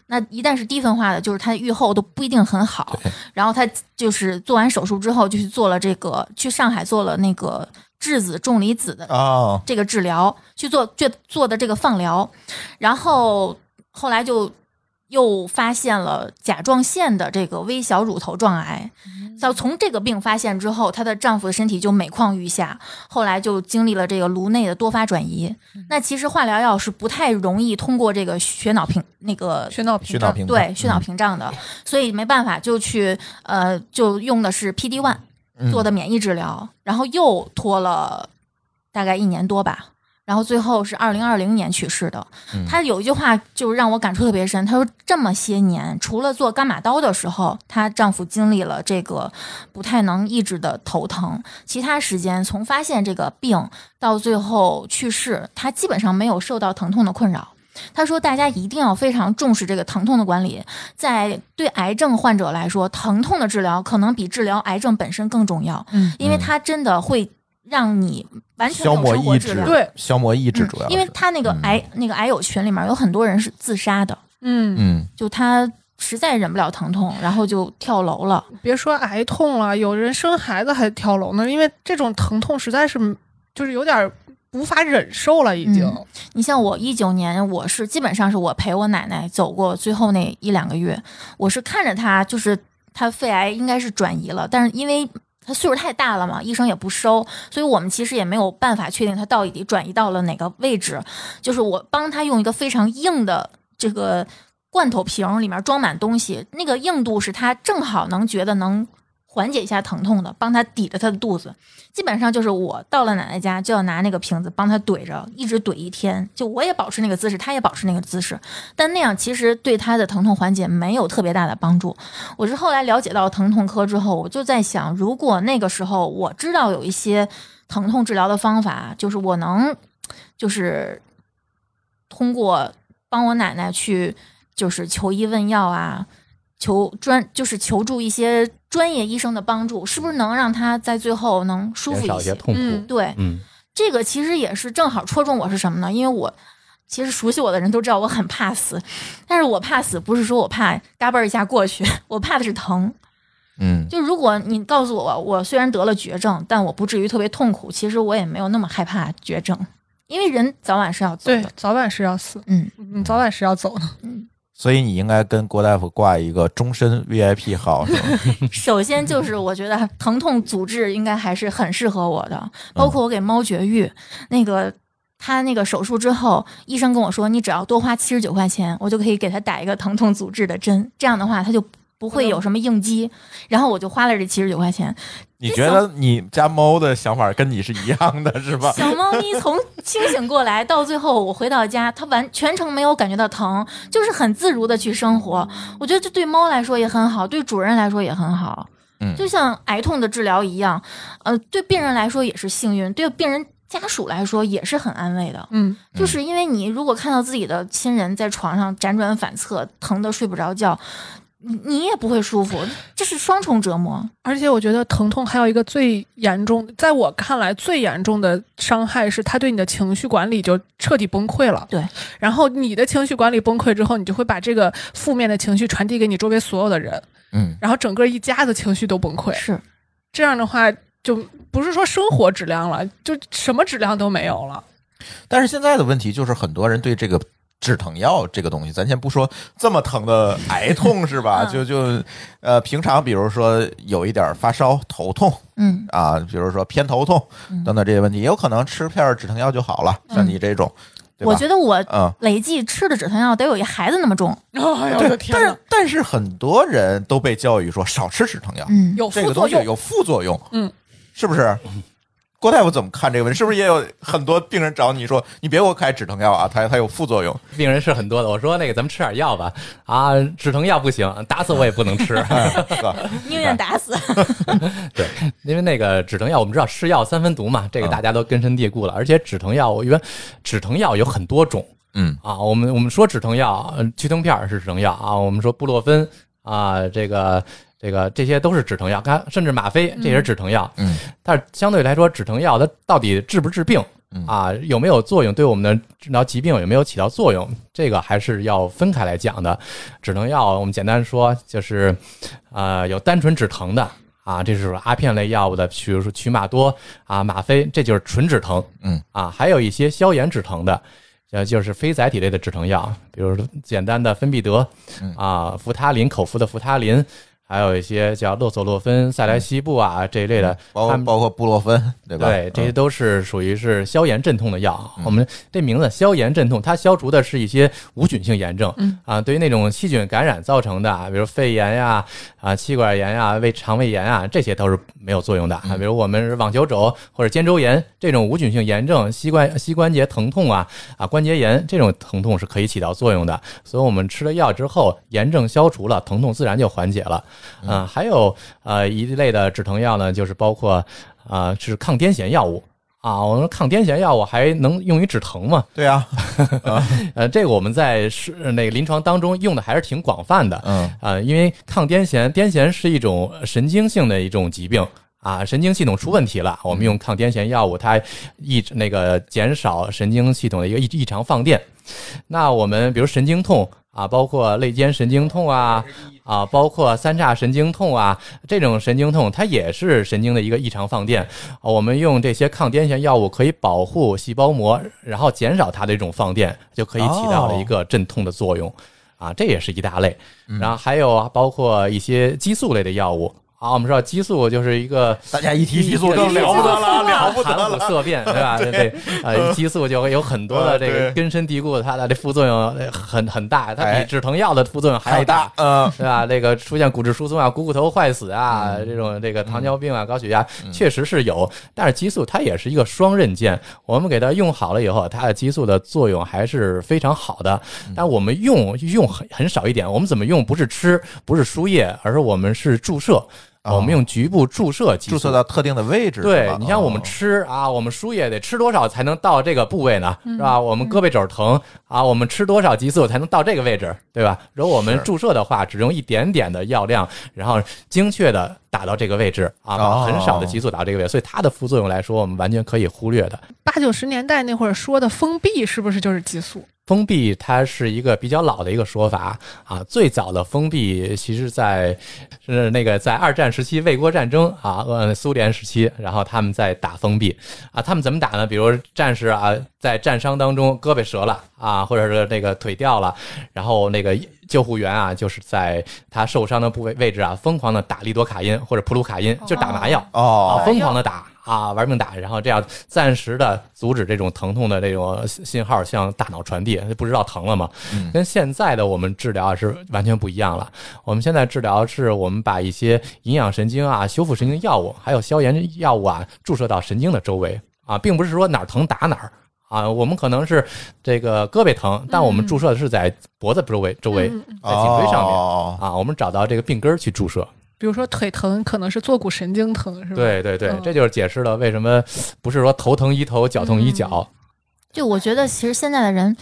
Speaker 3: 那一旦是低分化的，就是它的预后都不一定很好。然后她就是做完手术之后，就去做了这个，去上海做了那个质子重离子的
Speaker 2: 哦，
Speaker 3: 这个治疗，去做去做的这个放疗，然后后来就又发现了甲状腺的这个微小乳头状癌。
Speaker 4: 嗯
Speaker 3: 到从这个病发现之后，她的丈夫的身体就每况愈下，后来就经历了这个颅内的多发转移。
Speaker 4: 嗯
Speaker 3: 那其实化疗药是不太容易通过这个血脑屏那个
Speaker 4: 血脑
Speaker 2: 血
Speaker 4: 屏
Speaker 2: 脑
Speaker 4: 障
Speaker 2: 屏嗯障
Speaker 3: 对，血脑屏障的，所以没办法，就去呃，就用的是 PD one
Speaker 2: 嗯
Speaker 3: 做的免疫治疗，然后又拖了大概一年多吧，然后最后是二零二零年去世的。
Speaker 2: 嗯
Speaker 3: 他有一句话就是让我感触特别深，他说这么些年，除了做伽马刀的时候，她丈夫经历了这个不太能抑制的头疼，其他时间从发现这个病到最后去世，她基本上没有受到疼痛的困扰。他说：“大家一定要非常重视这个疼痛的管理，在对癌症患者来说，疼痛的治疗可能比治疗癌症本身更重要，
Speaker 4: 嗯，
Speaker 3: 因为它真的会让你完全
Speaker 2: 嗯消
Speaker 3: 没
Speaker 2: 磨
Speaker 3: 有生活
Speaker 2: 意
Speaker 3: 质
Speaker 2: 志，
Speaker 3: 量。
Speaker 4: 对
Speaker 2: 消磨意志
Speaker 3: 嗯
Speaker 2: 主要是，
Speaker 3: 因为他那个
Speaker 2: 嗯
Speaker 3: 癌、那个癌友群里面有很多人是自杀的，
Speaker 4: 嗯
Speaker 2: 嗯，
Speaker 3: 就他实在忍不了疼痛，然后就跳楼了。
Speaker 4: 别说癌痛了，有人生孩子还跳楼呢，因为这种疼痛实在是就是有点无法忍受了，已经。
Speaker 3: 嗯你像我一九年，我是基本上是我陪我奶奶走过最后那一两个月，我是看着她，就是她肺癌应该是转移了，但是因为她岁数太大了嘛，医生也不收，所以我们其实也没有办法确定她到底转移到了哪个位置。就是我帮她用一个非常硬的这个罐头瓶里面装满东西，那个硬度是她正好能觉得能。缓解一下疼痛的，帮她抵着她的肚子，基本上就是我到了奶奶家就要拿那个瓶子帮她怼着，一直怼一天。就我也保持那个姿势，她也保持那个姿势，但那样其实对她的疼痛缓解没有特别大的帮助。我是后来了解到疼痛科之后，我就在想，如果那个时候我知道有一些。疼痛治疗的方法，就是我能，就是通过帮我奶奶去，就是求医问药啊，求专就是求助一些专业医生的帮助，是不是能让她在最后能舒服
Speaker 5: 减少
Speaker 3: 一
Speaker 5: 一些
Speaker 3: 些？
Speaker 5: 痛苦
Speaker 4: 嗯。
Speaker 3: 对，
Speaker 5: 嗯，
Speaker 3: 这个其实也是正好戳中我是什么呢？因为我其实熟悉我的人都知道我很怕死，但是我怕死不是说我怕嘎嘣儿一下过去， 我怕的是疼。
Speaker 2: 嗯，
Speaker 3: 就如果你告诉我，我虽然得了绝症，但我不至于特别痛苦，其实我也没有那么害怕绝症，因为人早晚是要走
Speaker 4: 对
Speaker 3: 的。，
Speaker 4: 早晚是要死，
Speaker 3: 嗯，
Speaker 4: 嗯，早晚是要走的。
Speaker 2: 所以你应该跟郭大夫挂一个终身 VIP 号，是 吧？
Speaker 3: 首先就是我觉得疼痛阻滞应该还是很适合我的，包括我给猫绝育那个。他那个手术之后，医生跟我说，你只要多花七十九块钱，我就可以给他打一个疼痛阻滞的针。这样的话，他就不会有什么应激。然后我就花了这七十九块钱。
Speaker 2: 你觉得你家猫的想法跟你是一样的，是吧？
Speaker 3: 小猫咪从清醒过来到最后，我回到家，它完全程没有感觉到疼，就是很自如的去生活。我觉得这对猫来说也很好，对主人来说也很好。
Speaker 2: 嗯
Speaker 3: 就像癌痛的治疗一样，呃，对病人来说也是幸运，对病人家属来说也是很安慰的。
Speaker 4: 嗯，
Speaker 3: 就是因为你如果看到自己的亲人在床上辗转反侧，疼得睡不着觉，你你也不会舒服，这是双重折磨。
Speaker 4: 而且我觉得疼痛还有一个最严重，在我看来最严重的伤害是它对你的情绪管理就彻底崩溃了。
Speaker 3: 对，
Speaker 4: 然后你的情绪管理崩溃之后，你就会把这个负面的情绪传递给你周围所有的人，
Speaker 2: 嗯，
Speaker 4: 然后整个一家子情绪都崩溃。
Speaker 3: 是，
Speaker 4: 这样的话，就不是说生活质量了，就什么质量都没有了。
Speaker 2: 但是现在的问题就是，很多人对这个止疼药这个东西，咱先不说这么疼的癌痛是吧？
Speaker 3: 嗯
Speaker 2: 就就呃，平常比如说有一点发烧、头痛
Speaker 3: 嗯，
Speaker 2: 啊，比如说偏头痛
Speaker 3: 嗯
Speaker 2: 等等这些问题，也有可能吃片儿止疼药就好了。像你这种，对吧？
Speaker 3: 我觉得我
Speaker 2: 嗯，
Speaker 3: 累计吃的止疼药得有一孩子那么重。
Speaker 4: 哎呦我的天
Speaker 2: 但
Speaker 4: 呐，
Speaker 2: 是但是很多人都被教育说少吃止疼药，
Speaker 3: 嗯，
Speaker 4: 有
Speaker 2: 这
Speaker 4: 副
Speaker 2: 个
Speaker 4: 作
Speaker 2: 东西
Speaker 4: 用。
Speaker 2: 有副作用，
Speaker 4: 嗯，
Speaker 2: 是不是？郭大夫怎么看这个问题？是不是也有很多病人找你说，你别给我开止疼药啊，它它有副作用。
Speaker 5: 病人是很多的。我说那个咱们吃点药吧，啊，止疼药不行，打死我也不能吃，
Speaker 2: 是吧
Speaker 3: 宁愿打 死。
Speaker 5: 因为那个止疼药我们知道是药三分毒嘛，这个
Speaker 2: 嗯
Speaker 5: 大家都根深蒂固了。而且止疼药，我一般止疼药有很多种
Speaker 2: 嗯
Speaker 5: 啊，我们我们说止疼药，呃屈疼片儿是止疼药啊，我们说布洛芬啊，这个。这个这些都是止疼药，看甚至吗啡这也是止疼药，
Speaker 2: 嗯，
Speaker 5: 但是相对来说，止疼药它到底治不治病
Speaker 2: 嗯
Speaker 5: 啊，有没有作用，对我们的治疗疾病有没有起到作用，这个还是要分开来讲的。止疼药我们简单说就是，呃，有单纯止疼的啊，这是阿片类药物的，比如说曲马多啊、吗啡，这就是纯止疼，
Speaker 2: 嗯
Speaker 5: 啊，还有一些消炎止疼的。呃，就是非载体类的止疼药，比如说简单的芬必得
Speaker 2: 嗯，
Speaker 5: 啊，扶他林口服的扶他林，还有一些叫洛索洛芬、塞来昔布啊这一类的，
Speaker 2: 包
Speaker 5: 他
Speaker 2: 括
Speaker 5: 们
Speaker 2: 包括布洛芬，对吧？
Speaker 5: 对，这些
Speaker 2: 嗯
Speaker 5: 都是属于是消炎镇痛的药。
Speaker 2: 嗯
Speaker 5: 我们这名字消炎镇痛，它消除的是一些无菌性炎症。
Speaker 4: 嗯
Speaker 5: 啊，对于那种细菌感染造成的啊，比如肺炎呀、啊、气管炎呀、胃肠胃炎啊，这些都是没有作用的。
Speaker 2: 嗯
Speaker 5: 啊，比如我们是网球肘或者肩周炎这种无菌性炎症，膝关膝关节疼痛啊啊关节炎这种疼痛是可以起到作用的。所以我们吃了药之后，炎症消除了，疼痛自然就缓解了。嗯、还有呃一类的止疼药呢，就是包括啊、是抗癫痫药物。啊，我说抗癫痫药物还能用于止疼吗？
Speaker 2: 对啊，
Speaker 5: 呃，这个我们在是呃那个临床当中用的还是挺广泛的。
Speaker 2: 嗯
Speaker 5: 啊，因为抗癫痫，癫痫是一种呃神经性的一种疾病啊，神经系统出问题了，我们用抗癫痫药物，它抑那个减少神经系统的一个异异常放电。那我们比如神经痛啊，包括肋间神经痛啊。啊，包括三叉神经痛啊，这种神经痛它也是神经的一个异常放电。啊我们用这些抗癫痫药物可以保护细胞膜，然后减少它的一种放电，就可以起到了一个镇痛的作用。啊，这也是一大类。然后还有啊包括一些激素类的药物啊，我们知道激素就是一个
Speaker 2: 大家一提激素
Speaker 5: 都
Speaker 2: 就了不得了，了不得
Speaker 5: 谈
Speaker 2: 了
Speaker 5: 虎。色变，对吧？对对，呃，激素就会有很多的这
Speaker 2: 呃
Speaker 5: 个
Speaker 2: 对
Speaker 5: 根深蒂固，它的这副作用呃很很大，它
Speaker 2: 哎
Speaker 5: 比止疼药的副作用还要
Speaker 2: 太
Speaker 5: 大
Speaker 2: 大。，嗯，
Speaker 5: 对吧？这个出现骨质疏松啊、股骨头坏死啊，这种这个糖
Speaker 2: 嗯
Speaker 5: 尿病啊、高血压，确实是有。但是激素它也是一个双刃剑，我们给它用好了以后，它的激素的作用还是非常好的。
Speaker 2: 嗯
Speaker 5: 但我们用用很很少一点，我们怎么用？不是吃，不是输液，而是我们是注射。
Speaker 2: 啊
Speaker 5: 我们用局部注射激素
Speaker 2: 注射到特定的位置。是
Speaker 5: 对
Speaker 2: 吧
Speaker 5: 你像我们
Speaker 2: 哦
Speaker 5: 吃啊，我们输液得吃多少才能到这个部位呢？是吧？我们胳膊肘疼啊，我们吃多少激素才能到这个位置，对吧？如果我们
Speaker 2: 是
Speaker 5: 注射的话，只用一点点的药量，然后精确的打到这个位置啊，把
Speaker 2: 哦
Speaker 5: 很少的激素打到这个位置，所以它的副作用来说，我们完全可以忽略的。
Speaker 4: 八九十年代那会儿说的封闭是不是就是激素？
Speaker 5: 封闭它是一个比较老的一个说法啊，最早的封闭其实在是那个在二战时期卫国战争啊，呃苏联时期，然后啊他们在打封闭啊，他们怎么打呢？比如战士啊在战伤当中胳膊折了啊，或者是那个腿掉了，啊然后那个救护员啊就是在他受伤的部位位置啊疯狂的打利多卡因或者普鲁卡因，就打麻药。
Speaker 2: 哦
Speaker 5: 啊，疯狂的打啊，玩命打，然后这样暂时的阻止这种疼痛的这种信信号向大脑传递，不知道疼了吗？跟现在的我们治疗啊是完全不一样了。我们现在治疗是我们把一些营养神经啊、修复神经药物，还有消炎药物啊，注射到神经的周围啊，并不是说哪儿疼打哪儿。啊，我们可能是这个胳膊疼，但我们注射的是在脖子周围、周
Speaker 4: 嗯
Speaker 5: 围，在颈椎上面、
Speaker 2: 哦
Speaker 5: 啊，我们找到这个病根儿去注射。
Speaker 4: 比如说腿疼，可能是坐骨神经疼，是吧？，
Speaker 5: 对对对
Speaker 4: 嗯，
Speaker 5: 这就是解释了为什么不是说头疼医头，脚痛医脚。
Speaker 4: 嗯
Speaker 3: 对，我觉得其实现在的人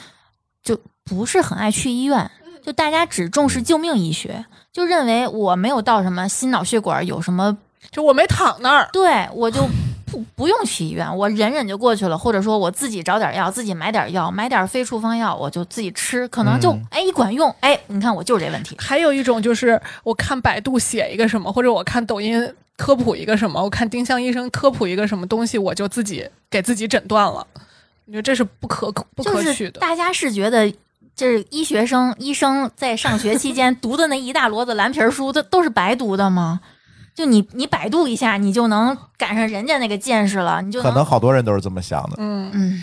Speaker 3: 就不是很爱去医院，就大家只重视救命医学，就认为我没有到什么心脑血管有什么，
Speaker 4: 就我没躺那儿，
Speaker 3: 对我就不不用去医院，我忍忍就过去了，或者说我自己找点药，自己买点药，买点非处方药，我就自己吃，可能就、
Speaker 5: 嗯
Speaker 3: 哎一管用，哎，你看我就是这问题。
Speaker 4: 还有一种就是我看百度写一个什么，或者我看抖音科普一个什么，我看丁香医生科普一个什么东西，我就自己给自己诊断了。我觉得这是不可不
Speaker 3: 就
Speaker 4: 可
Speaker 3: 是
Speaker 4: 取的。
Speaker 3: 大家是觉得。就是医学生、医生在上学期间 读的那一大摞子蓝皮儿书，这都是白读的吗？就你你百度一下，你就能赶上人家那个见识了，你就
Speaker 2: 可能好多人都是这么想的。
Speaker 4: 嗯，
Speaker 3: 嗯，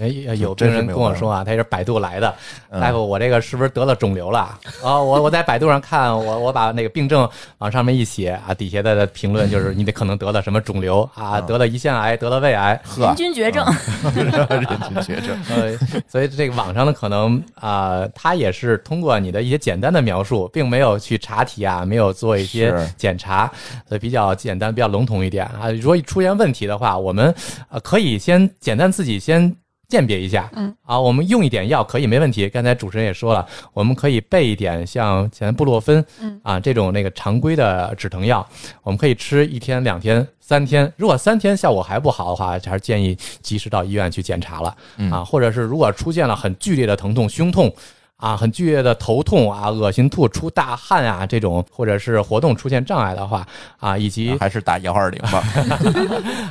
Speaker 5: 哎，有
Speaker 2: 真是
Speaker 5: 病人
Speaker 2: 没
Speaker 5: 跟
Speaker 2: 有
Speaker 5: 我
Speaker 2: 办法
Speaker 5: 说啊，他也是百度来的，
Speaker 2: 嗯
Speaker 5: 大夫，我这个是不是得了肿瘤了？ 啊、我我在百度上看，我我把那个病症往上面一写啊，底下的评论 就是你得可能得了什么肿瘤啊，
Speaker 2: 嗯
Speaker 5: 得了胰腺癌，得了胃癌，
Speaker 2: 呵
Speaker 3: 人，均绝症，
Speaker 2: 人群绝 症。
Speaker 5: 呃，所以这个网上的可能啊、它也是通过你的一些简单的描述，并没有去查题啊，没有做一些
Speaker 2: 是
Speaker 5: 检查，所以比较简单，比较笼统一点啊。如果出现问题的话，我们呃可以先简单自己先。鉴别一下，
Speaker 4: 嗯
Speaker 5: 啊，我们用一点药可以没问题。刚才主持人也说了，我们可以备一点像前布洛芬，
Speaker 4: 嗯
Speaker 5: 啊这种那个常规的止疼药，我们可以吃一天、两天、三天。如果三天效果还不好的话，还是建议及时到医院去检查了。啊，或者是如果出现了很剧烈的疼痛、胸痛。啊，很剧烈的头痛啊，恶心、吐、出大汗啊，这种或者是活动出现障碍的话，啊，以及
Speaker 2: 还是打幺二零吧，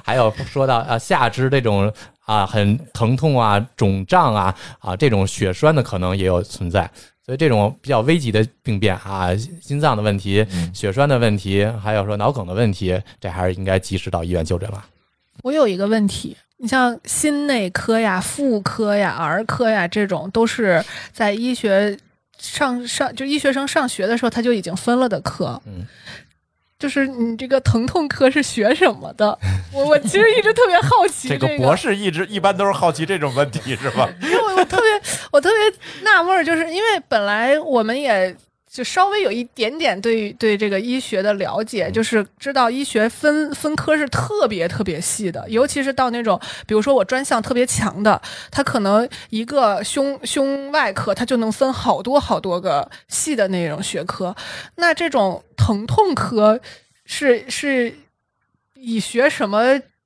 Speaker 5: 还有说到啊，下肢这种啊很疼痛啊、肿胀啊啊这种血栓的可能也有存在。所以这种比较危急的病变啊，心脏的问题、血栓的问题，还有说脑梗的问题，这还是应该及时到医院就诊了。
Speaker 4: 我有一个问题，你像心内科呀、妇科呀、儿科呀这种，都是在医学上上就医学生上学的时候他就已经分了的科。
Speaker 5: 嗯。
Speaker 4: 就是你这个疼痛科是学什么的？我我其实一直特别好奇
Speaker 2: 这个博士一直一般都是好奇这种问题是吧？
Speaker 4: 因为我我特别我特别纳闷儿，就是因为本来我们也就稍微有一点点对对这个医学的了解，就是知道医学分分科是特别特别细的，尤其是到那种比如说我专项特别强的，它可能一个胸胸外科它就能分好多好多个细的那种学科，那这种疼痛科是是以学什么？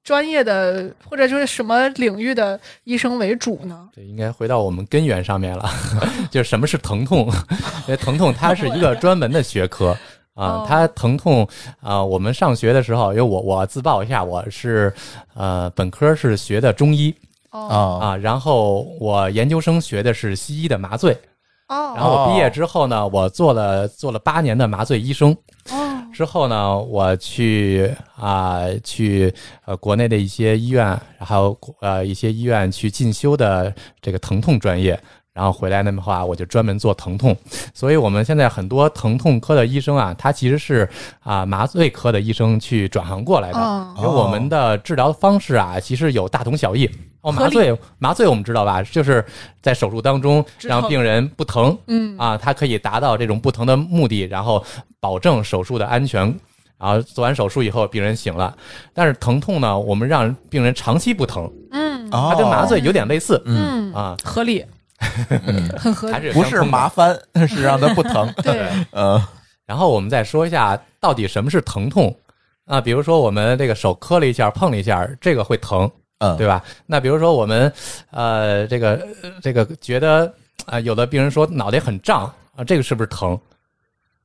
Speaker 4: 专业的或者就是什么领域的医生为主呢？
Speaker 5: 这应该回到我们根源上面了， 就是什么是疼痛？因为疼痛它是一个专门的学科。啊、
Speaker 4: 哦
Speaker 5: 它疼痛啊、我们上学的时候，因为我我自曝一下，我是呃本科是学的中医
Speaker 4: 哦
Speaker 2: 啊，
Speaker 5: 啊，然后我研究生学的是西医的麻醉，然
Speaker 4: 哦
Speaker 5: 后我毕业之后呢，我做了做了八年的麻醉医生，
Speaker 4: 哦，
Speaker 5: 之后呢，我去啊、去呃国内的一些医院，还有呃一些医院去进修的这个疼痛专业。然后回来的话，我就专门做疼痛，所以我们现在很多疼痛科的医生啊，他其实是啊、麻醉科的医生去转行过来的，
Speaker 4: 哦
Speaker 5: 因为我们的治疗方式啊，其实有大同小异。
Speaker 4: 合
Speaker 5: 哦，麻
Speaker 4: 理
Speaker 5: 醉麻醉我们知道吧，就是在手术当中
Speaker 4: 止
Speaker 5: 让
Speaker 4: 疼
Speaker 5: 病人不疼，
Speaker 4: 嗯
Speaker 5: 啊，它可以达到这种不疼的目的，然后保证手术的安全。然后做完手术以后，病人醒了，但是疼痛呢，我们让病人长期不疼，
Speaker 4: 嗯
Speaker 2: 哦，
Speaker 5: 它跟麻醉有点类似
Speaker 2: 嗯，
Speaker 4: 嗯，
Speaker 5: 啊，
Speaker 4: 合理，
Speaker 2: 嗯
Speaker 4: 很合
Speaker 5: 还
Speaker 4: 理，
Speaker 5: 是
Speaker 2: 不是麻
Speaker 5: 麻。
Speaker 2: 烦， 是让它不疼。
Speaker 4: 对，
Speaker 2: 呃，
Speaker 5: 然后我们再说一下到底什么是疼痛啊，比如说我们这个手磕了一下，碰了一下，这个会疼，
Speaker 2: 嗯，
Speaker 5: 对吧？那比如说我们呃这个呃这个觉得啊、呃有的病人说脑袋很胀啊，这个是不是疼？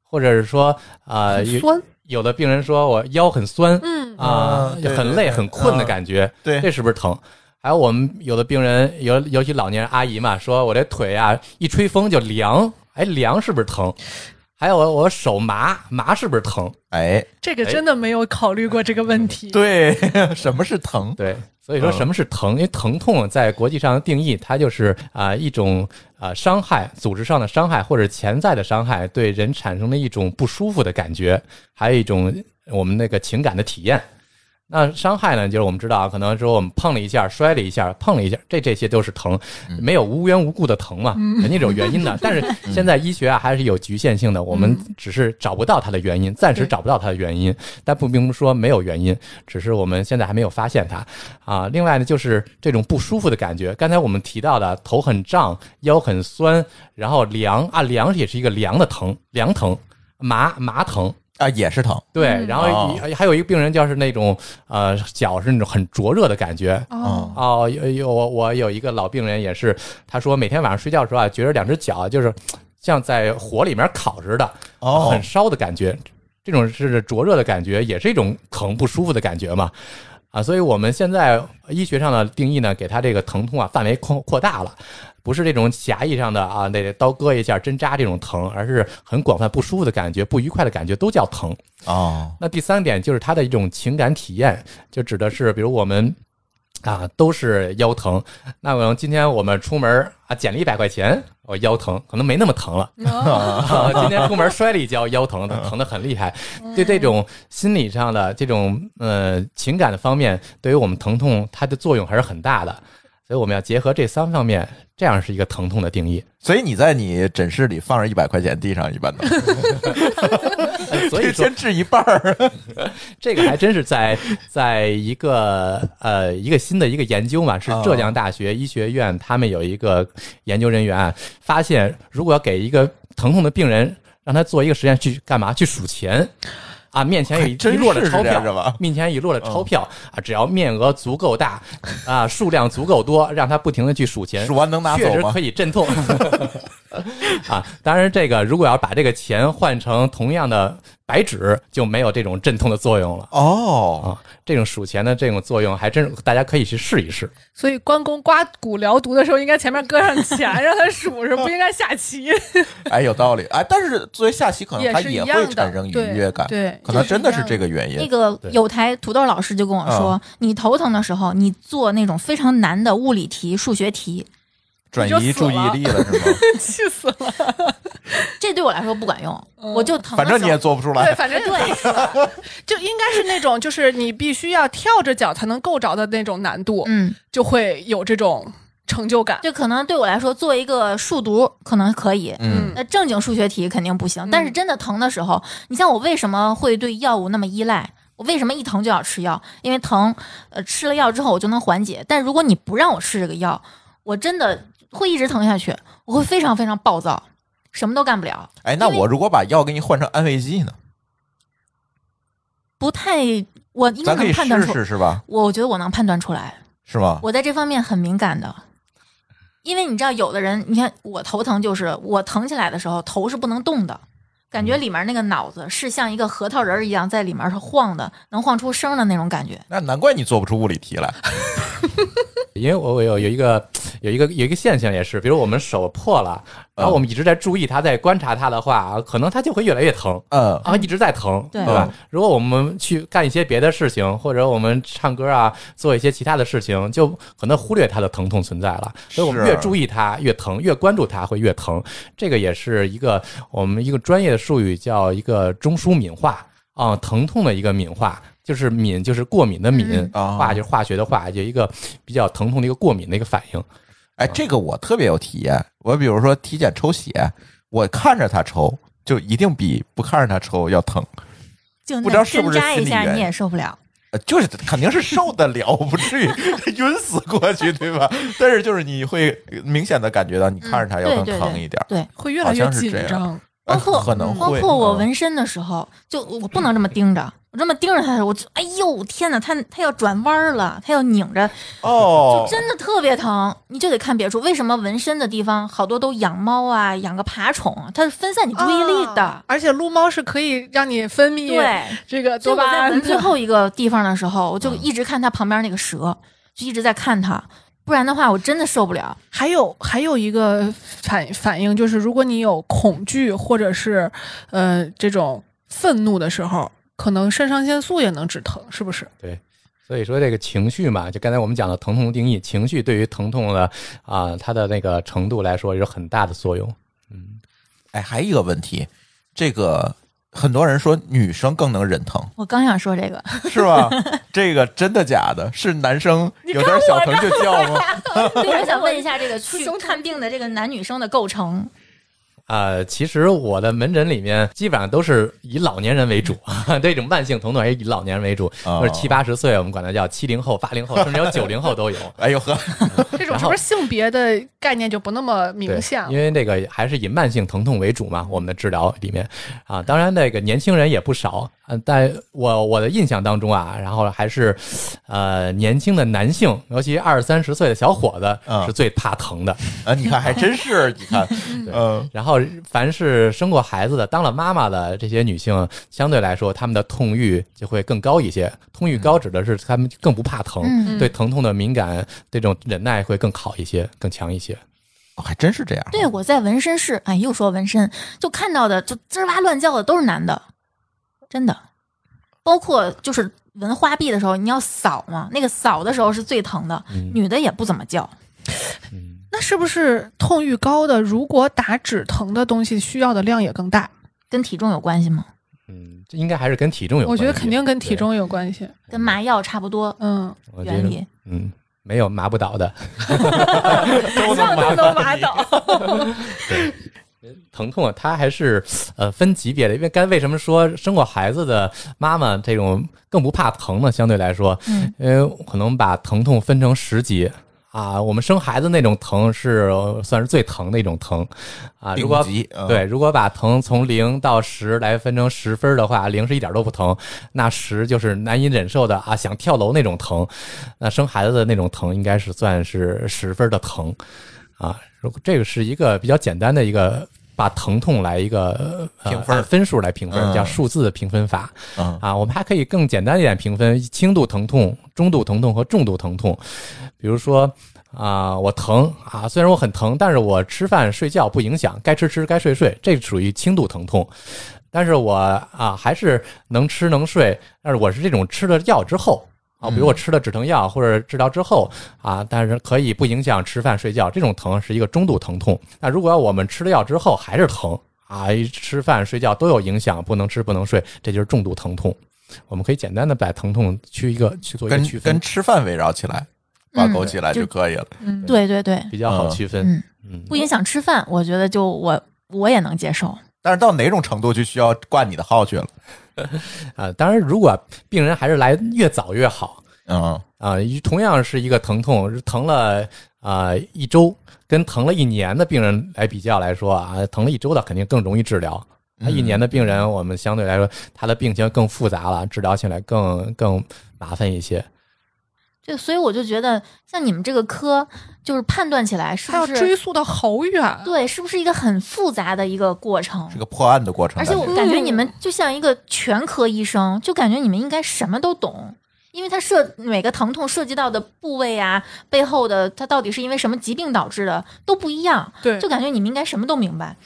Speaker 5: 或者是说啊、呃
Speaker 4: 很
Speaker 5: 有
Speaker 4: 酸，
Speaker 5: 有的病人说我腰很酸
Speaker 4: 嗯
Speaker 5: 啊、
Speaker 2: 嗯对
Speaker 5: 很累
Speaker 2: 对
Speaker 5: 很困的
Speaker 2: 嗯
Speaker 5: 感觉，
Speaker 2: 对
Speaker 5: 这是不是疼？还有我们有的病人，尤尤其老年人阿姨嘛，说我这腿啊一吹风就凉，哎凉是不是疼？还有我我手麻麻是不是疼？
Speaker 2: 哎，
Speaker 4: 这个真的没有考虑过这个问题。
Speaker 2: 对， 什么是疼？
Speaker 5: 对，所以说什么是疼？因为疼痛在国际上的定义，它就是啊、一种啊、伤害，组织上的伤害或者潜在的伤害，对人产生的一种不舒服的感觉，还有一种我们那个情感的体验。那伤害呢，就是我们知道啊，可能说我们碰了一下，摔了一下，碰了一下，这这些都是疼，没有无缘无故的疼嘛，肯定是有原因的。但是现在医学啊还是有局限性的，我们只是找不到它的原因，暂时找不到它的原因，但不并不说没有原因，只是我们现在还没有发现它啊。另外呢，就是这种不舒服的感觉，刚才我们提到的头很胀、腰很酸，然后凉啊，凉也是一个凉的疼，凉疼、麻麻疼。
Speaker 2: 啊，也是疼。
Speaker 5: 对，
Speaker 4: 嗯
Speaker 5: 然后一还有一个病人就是那种呃脚是那种很灼热的感觉。
Speaker 2: 嗯
Speaker 4: 哦，
Speaker 5: 哦，有有我我有一个老病人也是，他说每天晚上睡觉的时候啊，觉得两只脚就是像在火里面烤似的，
Speaker 2: 哦
Speaker 5: 很，烧的感觉，这种是灼热的感觉，也是一种疼不舒服的感觉嘛。啊，所以我们现在医学上的定义呢，给它这个疼痛啊范围扩扩大了，不是这种狭义上的啊，那得刀割一下、针扎这种疼，而是很广泛不舒服的感觉、不愉快的感觉都叫疼。
Speaker 2: 哦，
Speaker 5: 那第三点就是他的一种情感体验，就指的是比如我们啊都是腰疼，那可能今天我们出门啊捡了一百块钱，我腰疼，可能没那么疼了。 啊 今天出门摔了一跤，腰疼，疼得很厉害。对这种心理上的这种呃情感的方面，对于我们疼痛它的作用还是很大的。所以我们要结合这三方面，这样是一个疼痛的定义。
Speaker 2: 所以你在你诊室里放着一百块钱，地上一般都，
Speaker 5: 哎所以说
Speaker 2: 先治一半儿。
Speaker 5: 这个还真是 在在一个呃一个新的一个研究嘛，是浙
Speaker 2: 哦
Speaker 5: 江大学医学院他们有一个研究人员啊发现，如果要给一个疼痛的病人让他做一个实验，去干嘛？去数钱。啊，面前有一
Speaker 2: 还真
Speaker 5: 一摞的
Speaker 2: 是
Speaker 5: 钞
Speaker 2: 这样
Speaker 5: 票
Speaker 2: 是吧嗯
Speaker 5: 面前一摞的钞票、啊，只要面额足够大，啊，数量足够多，让他不停的去数钱，
Speaker 2: 数完能拿走
Speaker 5: 哎确实
Speaker 2: 吗
Speaker 5: 可以镇痛 啊。当然，这个如果要把这个钱换成同样的白纸，就没有这种镇痛的作用了。
Speaker 2: 哦，
Speaker 5: 啊，这种数钱的这种作用，还真大家可以去试一试。
Speaker 4: 所以关公刮骨疗毒的时候，应该前面搁上钱让他数数，不应该下棋，
Speaker 2: 哎，有道理。哎，但是作为下棋，可能它
Speaker 4: 是一
Speaker 2: 也
Speaker 4: 样
Speaker 2: 会
Speaker 4: 的，
Speaker 2: 产生愉
Speaker 4: 对
Speaker 2: 悦感，
Speaker 4: 对，
Speaker 2: 可能真的是这个原
Speaker 3: 那
Speaker 2: 因。
Speaker 3: 个
Speaker 5: 对
Speaker 3: 有台土豆老师就跟我
Speaker 2: 嗯
Speaker 3: 说，你头疼的时候，你做那种非常难的物理题、数学题，
Speaker 2: 转
Speaker 4: 你就
Speaker 2: 移
Speaker 4: 死
Speaker 2: 注意
Speaker 4: 了
Speaker 2: 力了是吗？
Speaker 4: 气死了。
Speaker 3: 这对我来说不管用，
Speaker 4: 嗯
Speaker 3: 我就疼的
Speaker 2: 反
Speaker 3: 时候。
Speaker 2: 正你也做不出
Speaker 4: 对，
Speaker 2: 来。
Speaker 4: 反正
Speaker 3: 对，
Speaker 4: 就应该是那种，就是你必须要跳着脚才能够着的那种难度，
Speaker 3: 嗯，
Speaker 4: 就会有这种成就感。
Speaker 3: 就可能对我来说做一个数独可能可以，
Speaker 2: 嗯，
Speaker 3: 那正经数学题肯定不行。但是真的疼的时候，你像我为什么会对药物那么依赖？我为什么一疼就要吃药？因为疼，呃，吃了药之后我就能缓解。但如果你不让我吃这个药，我真的会一直疼下去，我会非常非常暴躁，什么都干不了。
Speaker 2: 哎，那
Speaker 3: 因为
Speaker 2: 我如果把药给你换成安慰剂呢？
Speaker 3: 不太，我应该
Speaker 2: 咱可
Speaker 3: 能
Speaker 2: 以
Speaker 3: 判断
Speaker 2: 试
Speaker 3: 出，
Speaker 2: 试是吧？
Speaker 3: 我我觉得我能判断出来，
Speaker 2: 是吗？
Speaker 3: 我在这方面很敏感的。因为你知道，有的人，你看我头疼，就是我疼起来的时候，头是不能动的，感觉里面那个脑子是像一个核桃仁儿一样在里面是晃的，能晃出声儿的那种感觉。
Speaker 2: 那难怪你做不出物理题来。
Speaker 5: 因为我我有有一个有一个有一个现象也是，比如我们手破了，然
Speaker 2: 嗯
Speaker 5: 后我们一直在注意它，在观察它的话，可能它就会越来越疼
Speaker 2: 嗯，
Speaker 5: 啊，一直在疼，
Speaker 3: 对
Speaker 5: 吧？如果我们去干一些别的事情，或者我们唱歌啊，做一些其他的事情，就可能忽略它的疼痛存在了。所以我们
Speaker 2: 是
Speaker 5: 越注意它越疼，越关注它会越疼。这个也是一个我们一个专业的术语，叫一个中枢敏化啊、疼痛的一个敏化。就是敏，就是过敏的敏，
Speaker 3: 嗯
Speaker 2: 啊
Speaker 5: 化就是化学的化，就一个比较疼痛的一个过敏的一个反应。
Speaker 2: 哎，这个我特别有体验。我比如说体检抽血，我看着他抽，就一定比不看着他抽要疼。
Speaker 3: 就
Speaker 2: 不知道
Speaker 3: 那
Speaker 2: 是不
Speaker 3: 针
Speaker 2: 是
Speaker 3: 扎一
Speaker 2: 心理
Speaker 3: 下
Speaker 2: 原
Speaker 3: 你
Speaker 2: 因
Speaker 3: 也受不了。
Speaker 2: 呃就是肯定是受得了，不至于 晕死过去，对吧？但是就是你会明显的感觉到，你看着它要
Speaker 3: 嗯
Speaker 2: 更
Speaker 3: 对对
Speaker 2: 疼一点儿，
Speaker 3: 对，
Speaker 4: 会越来越紧
Speaker 2: 好像是这
Speaker 4: 张。
Speaker 2: 哎
Speaker 3: 包括
Speaker 2: 可能
Speaker 3: 包
Speaker 2: 会
Speaker 3: 括我
Speaker 2: 嗯
Speaker 3: 纹身的时候，就我不能这么盯着，我这么盯着他的时候，我就哎呦天哪，他他要转弯儿了，他要拧着，
Speaker 2: 哦
Speaker 3: 就，真的特别疼，你就得看别处。为什么纹身的地方好多都养猫啊，养个爬虫啊，它是分散你注意力的。
Speaker 4: 啊而且撸猫是可以让你分泌
Speaker 3: 对，
Speaker 4: 这个
Speaker 3: 所以
Speaker 4: 多
Speaker 3: 我
Speaker 4: 巴
Speaker 3: 在
Speaker 4: 胺
Speaker 3: 闻最
Speaker 4: 的。
Speaker 3: 后一个地方的时候，我就一直看它旁边那个蛇，就一直在看它，不然的话我真的受不了。
Speaker 4: 还有还有一个反反应就是，如果你有恐惧或者是呃这种愤怒的时候，可能肾上腺素也能止疼，是不是？
Speaker 5: 所以说这个情绪嘛，就刚才我们讲的疼痛定义，情绪对于疼痛的啊、它的那个程度来说有很大的作用。嗯，
Speaker 2: 哎，还有一个问题，这个很多人说女生更能忍疼，
Speaker 3: 我刚想说这个，
Speaker 2: 是吧？这个真的假的？是男生有点小疼就叫吗？
Speaker 3: 对，我想问一下这个去
Speaker 4: 胸
Speaker 3: 看病的这个男女生的构成，
Speaker 5: 呃，其实我的门诊里面基本上都是以老年人为主，啊 这种慢性疼痛还是以老年人为主，
Speaker 2: 哦
Speaker 5: 就是七八十岁，我们管它叫七零后、八零后，甚至有九零后都有。
Speaker 2: 哎呦呵，
Speaker 4: 这种
Speaker 5: 然
Speaker 4: 是不是
Speaker 5: 后
Speaker 4: 性别的概念就不那么
Speaker 5: 对
Speaker 4: 明显了？
Speaker 5: 因为这个还是以慢性疼痛为主嘛，我们的治疗里面啊，当然那个年轻人也不少，呃，在我我的印象当中啊，然后还是呃年轻的男性，尤其二三十岁的小伙子
Speaker 2: 嗯
Speaker 5: 是最怕疼的。
Speaker 2: 啊，你看还真是，你 看，嗯，
Speaker 5: 然后凡是生过孩子的、当了妈妈的这些女性，相对来说她们的痛欲就会更高一些。痛欲高指的是她们更不怕疼，
Speaker 3: 嗯
Speaker 5: 对疼痛的敏感、这种忍耐会更好一些、更强一些。
Speaker 2: 哦还真是这样。
Speaker 3: 对，我在纹身室，哎，又说纹身，就看到的就吱哇乱叫的都是男的，真的，包括就是纹花臂的时候，你要扫嘛，那个扫的时候是最疼的，
Speaker 5: 嗯
Speaker 3: 女的也不怎么叫，
Speaker 5: 嗯，
Speaker 4: 那是不是痛欲高的，如果打止疼的东西，需要的量也更大？
Speaker 3: 跟体重有关系吗？
Speaker 5: 嗯，这应该还是跟体重有
Speaker 4: 我
Speaker 5: 关系。
Speaker 4: 觉得肯定跟体
Speaker 5: 对
Speaker 4: 重有关系。
Speaker 3: 跟麻药差不多
Speaker 4: 嗯，
Speaker 5: 我觉得
Speaker 3: 原理。
Speaker 5: 嗯，没有麻不倒的，
Speaker 4: 都
Speaker 5: 麻
Speaker 4: 能麻倒。
Speaker 3: 嗯
Speaker 5: 疼痛啊，它还是呃分级别的，因为该为什么说生过孩子的妈妈这种更不怕疼呢？相对来说，
Speaker 3: 嗯，
Speaker 5: 因为可能把疼痛分成十级啊，我们生孩子那种疼是呃算是最疼的一种疼啊，如果
Speaker 2: 顶级，嗯
Speaker 5: 对，如果把疼从零到十来分成十分的话，零是一点都不疼，那十就是难以忍受的啊，想跳楼那种疼。那生孩子的那种疼，应该是算是十分的疼啊。如果这个是一个比较简单的一个。把疼痛来一个、呃
Speaker 2: 评分
Speaker 5: 按分数来评分，
Speaker 2: 嗯
Speaker 5: 叫数字评分法。
Speaker 2: 嗯
Speaker 5: 啊，我们还可以更简单一点评分：轻度疼痛、中度疼痛和重度疼痛。比如说啊、我疼啊，虽然我很疼，但是我吃饭睡觉不影响，该吃吃，该睡睡，这属于轻度疼痛。但是我啊，还是能吃能睡，但是我是这种吃了药之后啊，比如
Speaker 2: 嗯
Speaker 5: 我吃了止疼药或者治疗之后啊，但是可以不影响吃饭睡觉，这种疼是一个中度疼痛。那如果我们吃了药之后还是疼啊，一吃饭睡觉都有影响，不能吃不能睡，这就是重度疼痛。我们可以简单的把疼痛去一个去做一个
Speaker 2: 跟
Speaker 5: 区分
Speaker 2: 跟，吃饭围绕起来，挂钩起来
Speaker 3: 就
Speaker 2: 就可以了。
Speaker 4: 嗯，
Speaker 3: 对对对，
Speaker 5: 比较好
Speaker 2: 嗯
Speaker 5: 区分。
Speaker 3: 嗯，
Speaker 5: 嗯，
Speaker 3: 不影响吃饭，我觉得就我我也能接受。
Speaker 2: 但是到哪种程度就需要挂你的号去了。
Speaker 5: 啊，当然，如果病人还是来越早越好
Speaker 2: 嗯，
Speaker 5: 啊、同样是一个疼痛，疼了啊、一周，跟疼了一年的病人来比较来说啊，疼了一周的肯定更容易治疗。他
Speaker 2: 嗯
Speaker 5: 一年的病人，我们相对来说他的病情更复杂了，治疗起来更更麻烦一些。
Speaker 3: 对，所以我就觉得像你们这个科，就是判断起来是
Speaker 4: 它要
Speaker 3: 不
Speaker 4: 追
Speaker 3: 是
Speaker 4: 溯到好远。啊
Speaker 3: 对，是不是一个很复杂的一个过程
Speaker 2: 是。个破案的过程。
Speaker 3: 而且我
Speaker 2: 感觉
Speaker 3: 感
Speaker 4: 嗯
Speaker 3: 觉你们就像一个全科医生，就感觉你们应该什么都懂，因为它涉每个疼痛涉及到的部位啊，背后的它到底是因为什么疾病导致的都不一样，
Speaker 4: 对
Speaker 3: 就感觉你们应该什么都明白。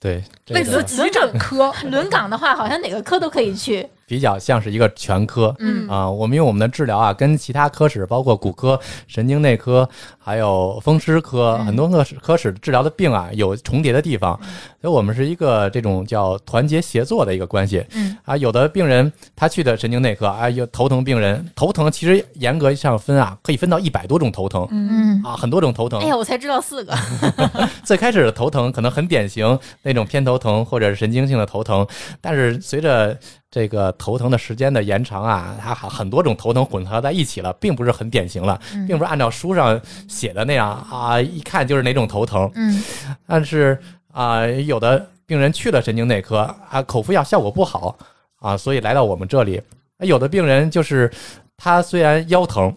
Speaker 5: 对，这
Speaker 4: 类似
Speaker 5: 个
Speaker 4: 急诊科。
Speaker 3: 轮岗的 话，好像哪个科都可以去。
Speaker 5: 比较像是一个全科。
Speaker 3: 嗯
Speaker 5: 啊，我们因为我们的治疗啊，跟其他科室，包括骨科、神经内科还有风湿科，
Speaker 3: 嗯
Speaker 5: 很多个科室治疗的病啊有重叠的地方，所以我们是一个这种叫团结协作的一个关系。
Speaker 3: 嗯
Speaker 5: 啊，有的病人他去的神经内科啊，有头疼病人，头疼其实严格上分啊，可以分到一百多种头疼
Speaker 3: 嗯，
Speaker 5: 啊，很多种头疼
Speaker 3: 哎。呀，我才知道四 个，
Speaker 5: 最开始的头疼可能很典型，那种偏头疼或者是神经性的头疼，但是随着这个头疼的时间的延长啊，它很很多种头疼混合在一起了，并不是很典型了，
Speaker 3: 嗯
Speaker 5: 并不是按照书上写的那样啊，一看就是哪种头疼。
Speaker 3: 嗯
Speaker 5: 但是啊、有的病人去了神经内科啊，口服药效果不好啊，所以来到我们这里。有的病人就是他虽然腰疼，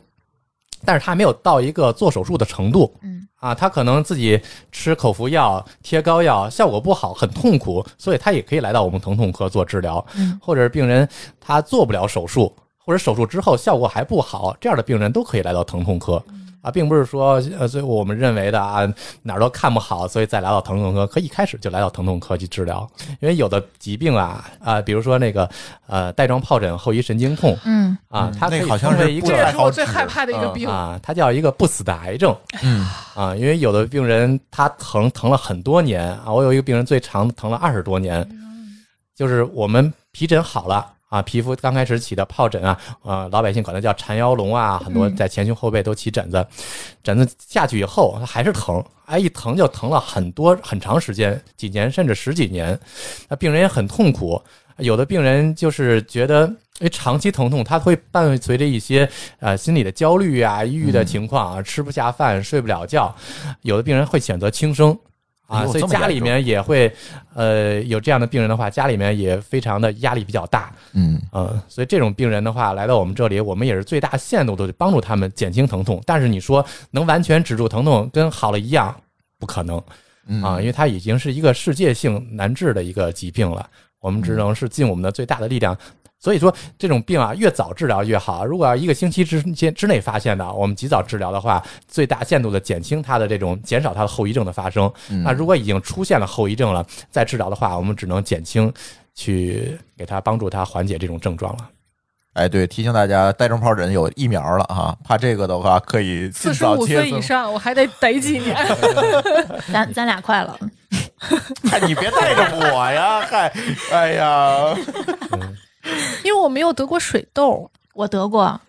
Speaker 5: 但是他没有到一个做手术的程度，
Speaker 3: 嗯
Speaker 5: 啊，他可能自己吃口服药、贴膏药，效果不好，很痛苦，所以他也可以来到我们疼痛科做治疗。
Speaker 3: 嗯
Speaker 5: 或者是病人他做不了手术，或者手术之后效果还不好，这样的病人都可以来到疼痛科。啊，并不是说，呃，所以我们认为的啊，哪儿都看不好，所以再来到疼痛科，可以一开始就来到疼痛科去治疗，因为有的疾病啊，啊，比如说那个，呃，带状疱疹后遗神经痛
Speaker 3: 嗯
Speaker 5: 啊，它可
Speaker 2: 那
Speaker 5: 以
Speaker 2: 好像
Speaker 5: 成为
Speaker 2: 是
Speaker 5: 一
Speaker 2: 不
Speaker 5: 个
Speaker 2: 太
Speaker 4: 这是我
Speaker 2: 好
Speaker 4: 最
Speaker 2: 治
Speaker 4: 害怕的一个
Speaker 2: 嗯
Speaker 4: 病。
Speaker 5: 啊，它叫一个不死的癌症
Speaker 2: 嗯
Speaker 5: 啊，因为有的病人他疼疼了很多年啊，我有一个病人最长疼了二十多年，就是我们皮疹好了。啊，皮肤刚开始起的疱疹啊，呃，老百姓管它叫缠腰龙啊，很多
Speaker 3: 嗯
Speaker 5: 在前胸后背都起疹子，疹子下去以后它还是疼，哎，一疼就疼了很多很长时间，几年甚至十几年，那病人也很痛苦。有的病人就是觉得，因为长期疼痛，它会伴随着一些呃心理的焦虑啊、抑
Speaker 2: 嗯
Speaker 5: 郁的情况啊，吃不下饭、睡不了觉。有的病人会选择轻生
Speaker 2: 哎
Speaker 5: 啊，
Speaker 2: 呦
Speaker 5: 所以
Speaker 2: 这么
Speaker 5: 家里
Speaker 2: 严重
Speaker 5: 面也会呃有这样的病人的话，家里面也非常的压力比较大。
Speaker 2: 嗯，
Speaker 5: 嗯，所以这种病人的话，来到我们这里，我们也是最大限度的帮助他们减轻疼痛。但是你说能完全止住疼痛，跟好了一样，不可能
Speaker 2: 嗯
Speaker 5: 啊，因为它已经是一个世界性难治的一个疾病了。我们
Speaker 2: 嗯
Speaker 5: 只能是尽我们的最大的力量。所以说，这种病啊，越早治疗越好。如果要一个星期之间之内发现的，我们及早治疗的话，最大限度的减轻它的这种减少它的后遗症的发生。
Speaker 2: 嗯
Speaker 5: 那如果已经出现了后遗症了，再治疗的话，我们只能减轻，去给他帮助他缓解这种症状了。
Speaker 2: 哎，对，提醒大家，带状疱疹有疫苗了哈，怕这个的话可以尽
Speaker 4: 四十
Speaker 2: 早
Speaker 4: 五
Speaker 2: 接
Speaker 4: 岁
Speaker 2: 种
Speaker 4: 以。上，我还得逮几 年。
Speaker 3: 咱咱俩快了，
Speaker 2: 嗨，你别带着我 呀，嗨，哎呀，
Speaker 4: 因为我没有得过水痘，
Speaker 3: 我得过，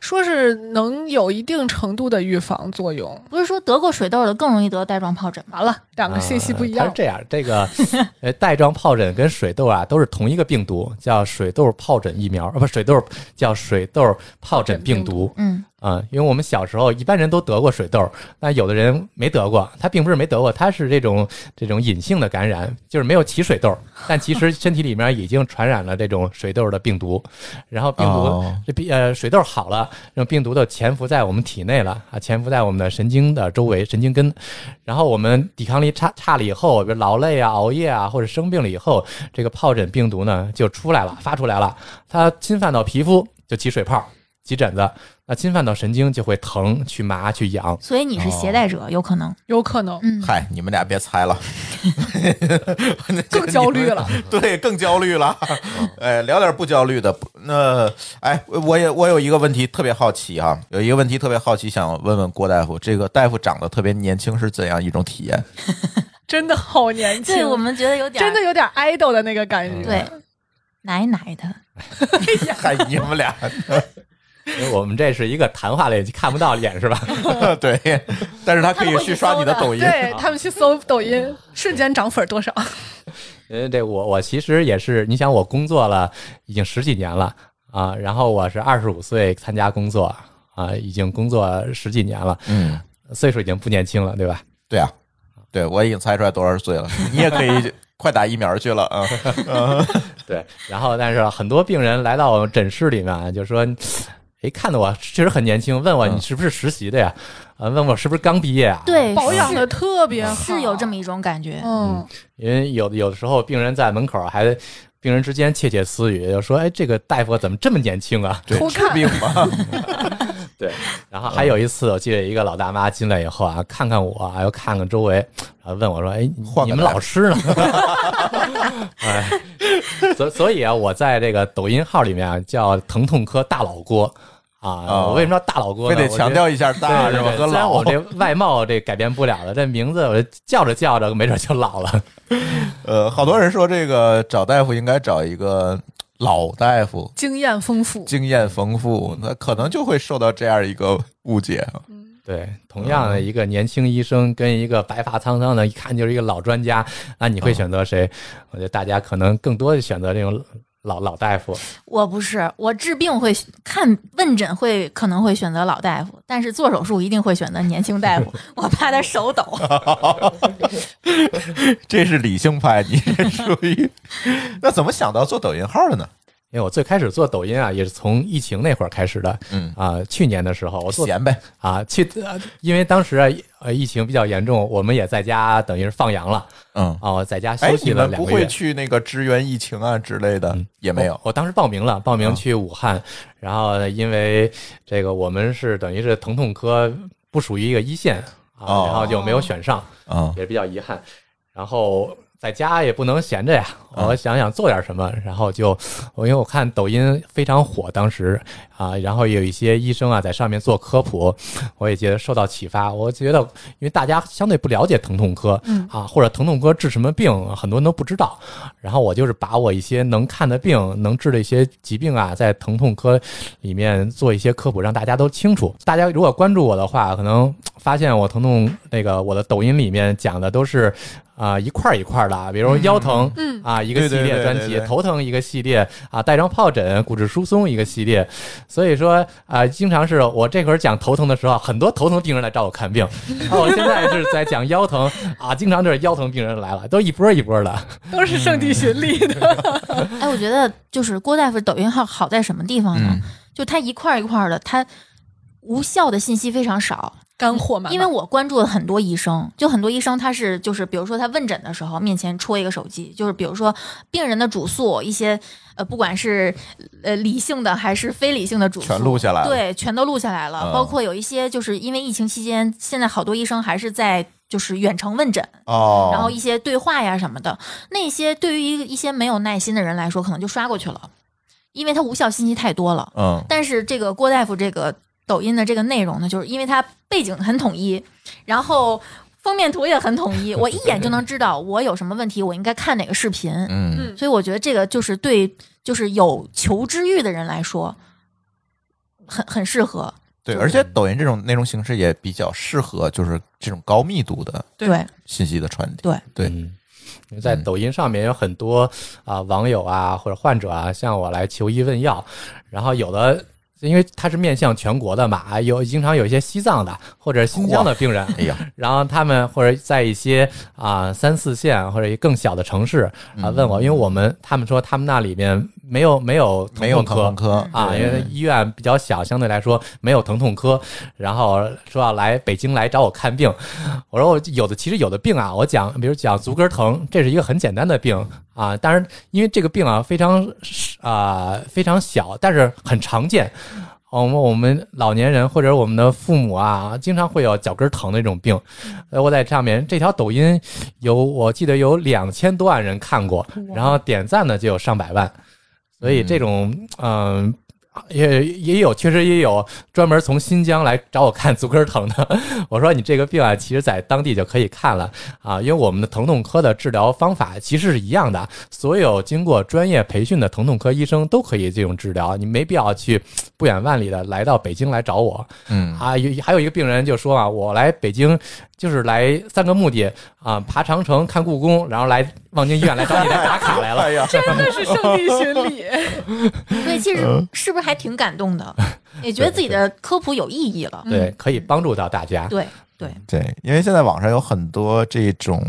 Speaker 4: 说是能有一定程度的预防作用。
Speaker 3: 不是说得过水痘的更容易得带状疱疹吗？
Speaker 4: 完了，两
Speaker 2: 啊
Speaker 4: 个信息不一样
Speaker 5: 它是。这样，这个呃，带状疱疹跟水痘啊都是同一个病毒，叫水痘疱疹疫苗，啊，不，水痘叫水痘疱疹病毒
Speaker 3: 嗯
Speaker 5: 啊、因为我们小时候一般人都得过水痘，那有的人没得过，他并不是没得过，他是这种这种隐性的感染，就是没有起水痘，但其实身体里面已经传染了这种水痘的病毒，然后病毒、
Speaker 2: 哦
Speaker 5: 这病呃水痘好了，让病毒都潜伏在我们体内了啊，潜伏在我们的神经的周围神经根，然后我们抵抗力差差了以后，比如劳累啊、熬夜啊，或者生病了以后，这个疱疹病毒呢就出来了，发出来了，它侵犯到皮肤就起水泡、起疹子，那侵犯到神经就会疼、去麻、去痒，
Speaker 3: 所以你是携带者，有可能。
Speaker 4: 有可能
Speaker 3: 嗯，
Speaker 2: 嗨，你们俩别猜了，
Speaker 4: 更焦虑了。
Speaker 2: 对，更焦虑了。哎，聊点不焦虑的。那哎，我也我有一个问题特别好奇啊，有一个问题特别好奇，想问问郭大夫，这个大夫长得特别年轻是怎样一种体验？
Speaker 4: 真的好年轻，
Speaker 3: 对，我们觉得有点
Speaker 4: 真的有点 idol 的那个感觉。
Speaker 3: 对，奶奶的，
Speaker 2: 嗨，你们俩
Speaker 5: 因为我们这是一个谈话类，看不到脸是吧？
Speaker 2: 对，但是他可以去刷你的抖音。
Speaker 4: 对他们去搜抖音，瞬间涨粉多少？
Speaker 5: 呃，这我我其实也是，你想我工作了已经十几年了啊，然后我是二十五岁参加工作啊，已经工作十几年了，
Speaker 2: 嗯，
Speaker 5: 岁数已经不年轻了，对吧？
Speaker 2: 对啊，对我已经猜出来多少岁了，你也可以快打疫苗去了 啊。
Speaker 5: 对， 然后但是很多病人来到诊室里面啊，就说，哎，看得我确实很年轻，问我
Speaker 2: 嗯
Speaker 5: 你是不是实习的呀？啊，问我是不是刚毕业啊？，
Speaker 3: 对，
Speaker 4: 保养
Speaker 3: 是哦
Speaker 4: 的特别好，
Speaker 3: 是有这么一种感觉。
Speaker 4: 嗯，
Speaker 5: 因为有的有的时候病人在门口还。病人之间窃窃私语，就说：“哎，这个大夫怎么这么年轻啊？”
Speaker 2: 对，
Speaker 4: 偷
Speaker 2: 治
Speaker 4: 看
Speaker 2: 病嘛，
Speaker 5: 对， 然后还有一次，我记得一个老大妈进来以后啊，看看我，又看看周围，然后问我说：“哎，你
Speaker 2: 换
Speaker 5: 你
Speaker 2: 个
Speaker 5: 们
Speaker 2: 大夫
Speaker 5: 老师呢？” 哎，所所以啊，我在这个抖音号里面啊，叫“疼痛科大佬锅”。啊，我为什么叫大老郭
Speaker 2: 哦非
Speaker 5: 呢？
Speaker 2: 得
Speaker 5: 我
Speaker 2: 强
Speaker 5: 这
Speaker 2: 调一下大
Speaker 5: 对
Speaker 2: 是吧？
Speaker 5: 对对
Speaker 2: 和
Speaker 5: 虽然
Speaker 2: 老
Speaker 5: 我这外貌这改变不了了，这名字我这叫着叫着，没准就老了。
Speaker 2: 呃，好多人说这个找大夫应该找一个老大夫，
Speaker 4: 经验丰富，
Speaker 2: 经验丰富，那可能就会受到这样一个误解。啊
Speaker 5: 对，同样
Speaker 2: 嗯
Speaker 5: 的一个年轻医生跟一个白发苍苍的，一看就是一个老专家，那
Speaker 2: 嗯
Speaker 5: 你会选择谁？我觉得大家可能更多的选择这种老老大夫。
Speaker 3: 我不是，我治病会看问诊会可能会选择老大夫，但是做手术一定会选择年轻大 夫，我怕他手抖。
Speaker 2: 这是理性派，你是属于 那怎么想到做抖音号的呢？
Speaker 5: 因为我最开始做抖音啊，也是从疫情那会儿开始的，
Speaker 2: 嗯
Speaker 5: 啊，去年的时候我做
Speaker 2: 闲呗，
Speaker 5: 啊，去，呃因为当时啊呃疫情比较严重，我们也在家等于是放羊了
Speaker 2: 嗯，
Speaker 5: 啊，我在家
Speaker 2: 哎
Speaker 5: 休，息
Speaker 2: 你
Speaker 5: 了
Speaker 2: 们不
Speaker 5: 两个月。嗯
Speaker 2: 会去那个支援疫情啊之类的，也没有
Speaker 5: 哦我，。我当时报名了，报
Speaker 2: 啊
Speaker 5: 名去武汉，然后因为这个我们是等于是疼痛科不属于一个一线啊，
Speaker 2: 哦
Speaker 5: 然后就没有选上，
Speaker 2: 嗯
Speaker 5: 也比较遗憾。然后在家也不能闲着呀，我想想做点什么，然后就我因为我看抖音非常火，当时啊，然后也有一些医生啊在上面做科普，我也觉得受到启发。我觉得因为大家相对不了解疼痛科，
Speaker 4: 嗯
Speaker 5: 啊，或者疼痛科治什么病，很多人都不知道。然后我就是把我一些能看的病、能治的一些疾病啊，在疼痛科里面做一些科普，让大家都清楚。大家如果关注我的话，可能发现我疼痛那个我的抖音里面讲的都是。啊、一块儿一块儿的啊，比如腰疼，
Speaker 4: 嗯
Speaker 5: 啊，一个系
Speaker 2: 对对
Speaker 5: 列
Speaker 2: 对
Speaker 5: 专
Speaker 2: 对
Speaker 5: 辑
Speaker 2: 对，
Speaker 5: 头疼一个系列啊，带状疱疹、骨质疏松一个系列，所以说啊、经常是我这会儿讲头疼的时候，很多头疼病人来找我看病，啊，我现在是在讲腰疼啊，经常就是腰疼病人来了，都一波一波的。
Speaker 2: 嗯
Speaker 4: 都是圣地巡礼的。
Speaker 3: 哎，我觉得就是郭大夫抖音号好在什么
Speaker 5: 哦
Speaker 3: 地方呢？
Speaker 2: 嗯
Speaker 3: 就他一块儿一块儿的，他无效的信息非常少。
Speaker 4: 干货嘛，
Speaker 3: 因为我关注了很多医生，就很多医生他是就是，比如说他问诊的时候，面前戳一个手机，就是比如说病人的主诉，一些呃，不管是呃理性的还是非理性的主诉，
Speaker 2: 全录下来了
Speaker 3: 对，全都录下来了。
Speaker 2: 嗯
Speaker 3: 包括有一些就是因为疫情期间，现在好多医生还是在就是远程问诊，
Speaker 2: 哦，
Speaker 3: 然后一些对话呀什么的，那些对于一个一些没有耐心的人来说，可能就刷过去了，因为他无效信息太多了。
Speaker 2: 嗯
Speaker 3: 但是这个郭大夫这个抖音的这个内容呢，就是因为它背景很统一，然后封面图也很统一，我一眼就能知道我有什么问题，我应该看哪个视频。
Speaker 2: 嗯
Speaker 4: 嗯，
Speaker 3: 所以我觉得这个就是对就是有求知欲的人来说，很很适合。
Speaker 2: 对，而且抖音这种内容形式也比较适合就是这种高密度的
Speaker 4: 对
Speaker 3: 对
Speaker 2: 信息的传递。
Speaker 3: 对
Speaker 2: 对
Speaker 5: 嗯因为在抖音上面有很多啊、网友啊或者患者啊向我来求医问药，然后有的因为他是面向全国的嘛，啊有经常有一些西藏的或者新疆的病人，
Speaker 2: 哎呀，
Speaker 5: 然后他们或者在一些啊、三四线或者更小的城市
Speaker 2: 嗯
Speaker 5: 啊、问我，因为我们他们说他们那里面没有没有
Speaker 2: 没有疼
Speaker 5: 疼
Speaker 2: 痛
Speaker 5: 痛科
Speaker 2: 科
Speaker 5: 啊，因
Speaker 2: 对
Speaker 5: 为医院比较小，相对来说没有疼痛科，然后说要来北京来找我看病。我说我有的其实有的病啊，我讲比如讲足跟疼，这是一个很简单的病啊，但是因为这个病啊非常啊、非常小，但是很常见。我们我们老年人或者我们的父母啊，经常会有脚跟疼的这种病。呃，我在上面这条抖音有，我记得有两千多万人看过，然后点赞的就有上百万，所以这种嗯。也也有，确实也有专门从新疆来找我看足跟疼的。 我说你这个病啊，其实在当地就可以看了啊，因为我们的疼痛科的治疗方法其实是一样的，所有经过专业培训的疼痛科医生都可以这种治疗，你没必要去不远万里的来到北京来找我。
Speaker 2: 嗯
Speaker 5: 啊，有还有一个病人就说啊，我来北京就是来三个目的啊，爬长城、看故宫，然后来望京医院来找你来打卡 来了。
Speaker 2: 哎呀，
Speaker 4: 真的是圣地巡礼，
Speaker 3: 所以其
Speaker 2: 嗯
Speaker 3: 实是不是还挺感动的，也觉得自己的科普有意义了。
Speaker 5: 对，可以帮助到大家。
Speaker 3: 对，
Speaker 2: 啊对，因为现在网上有很多这种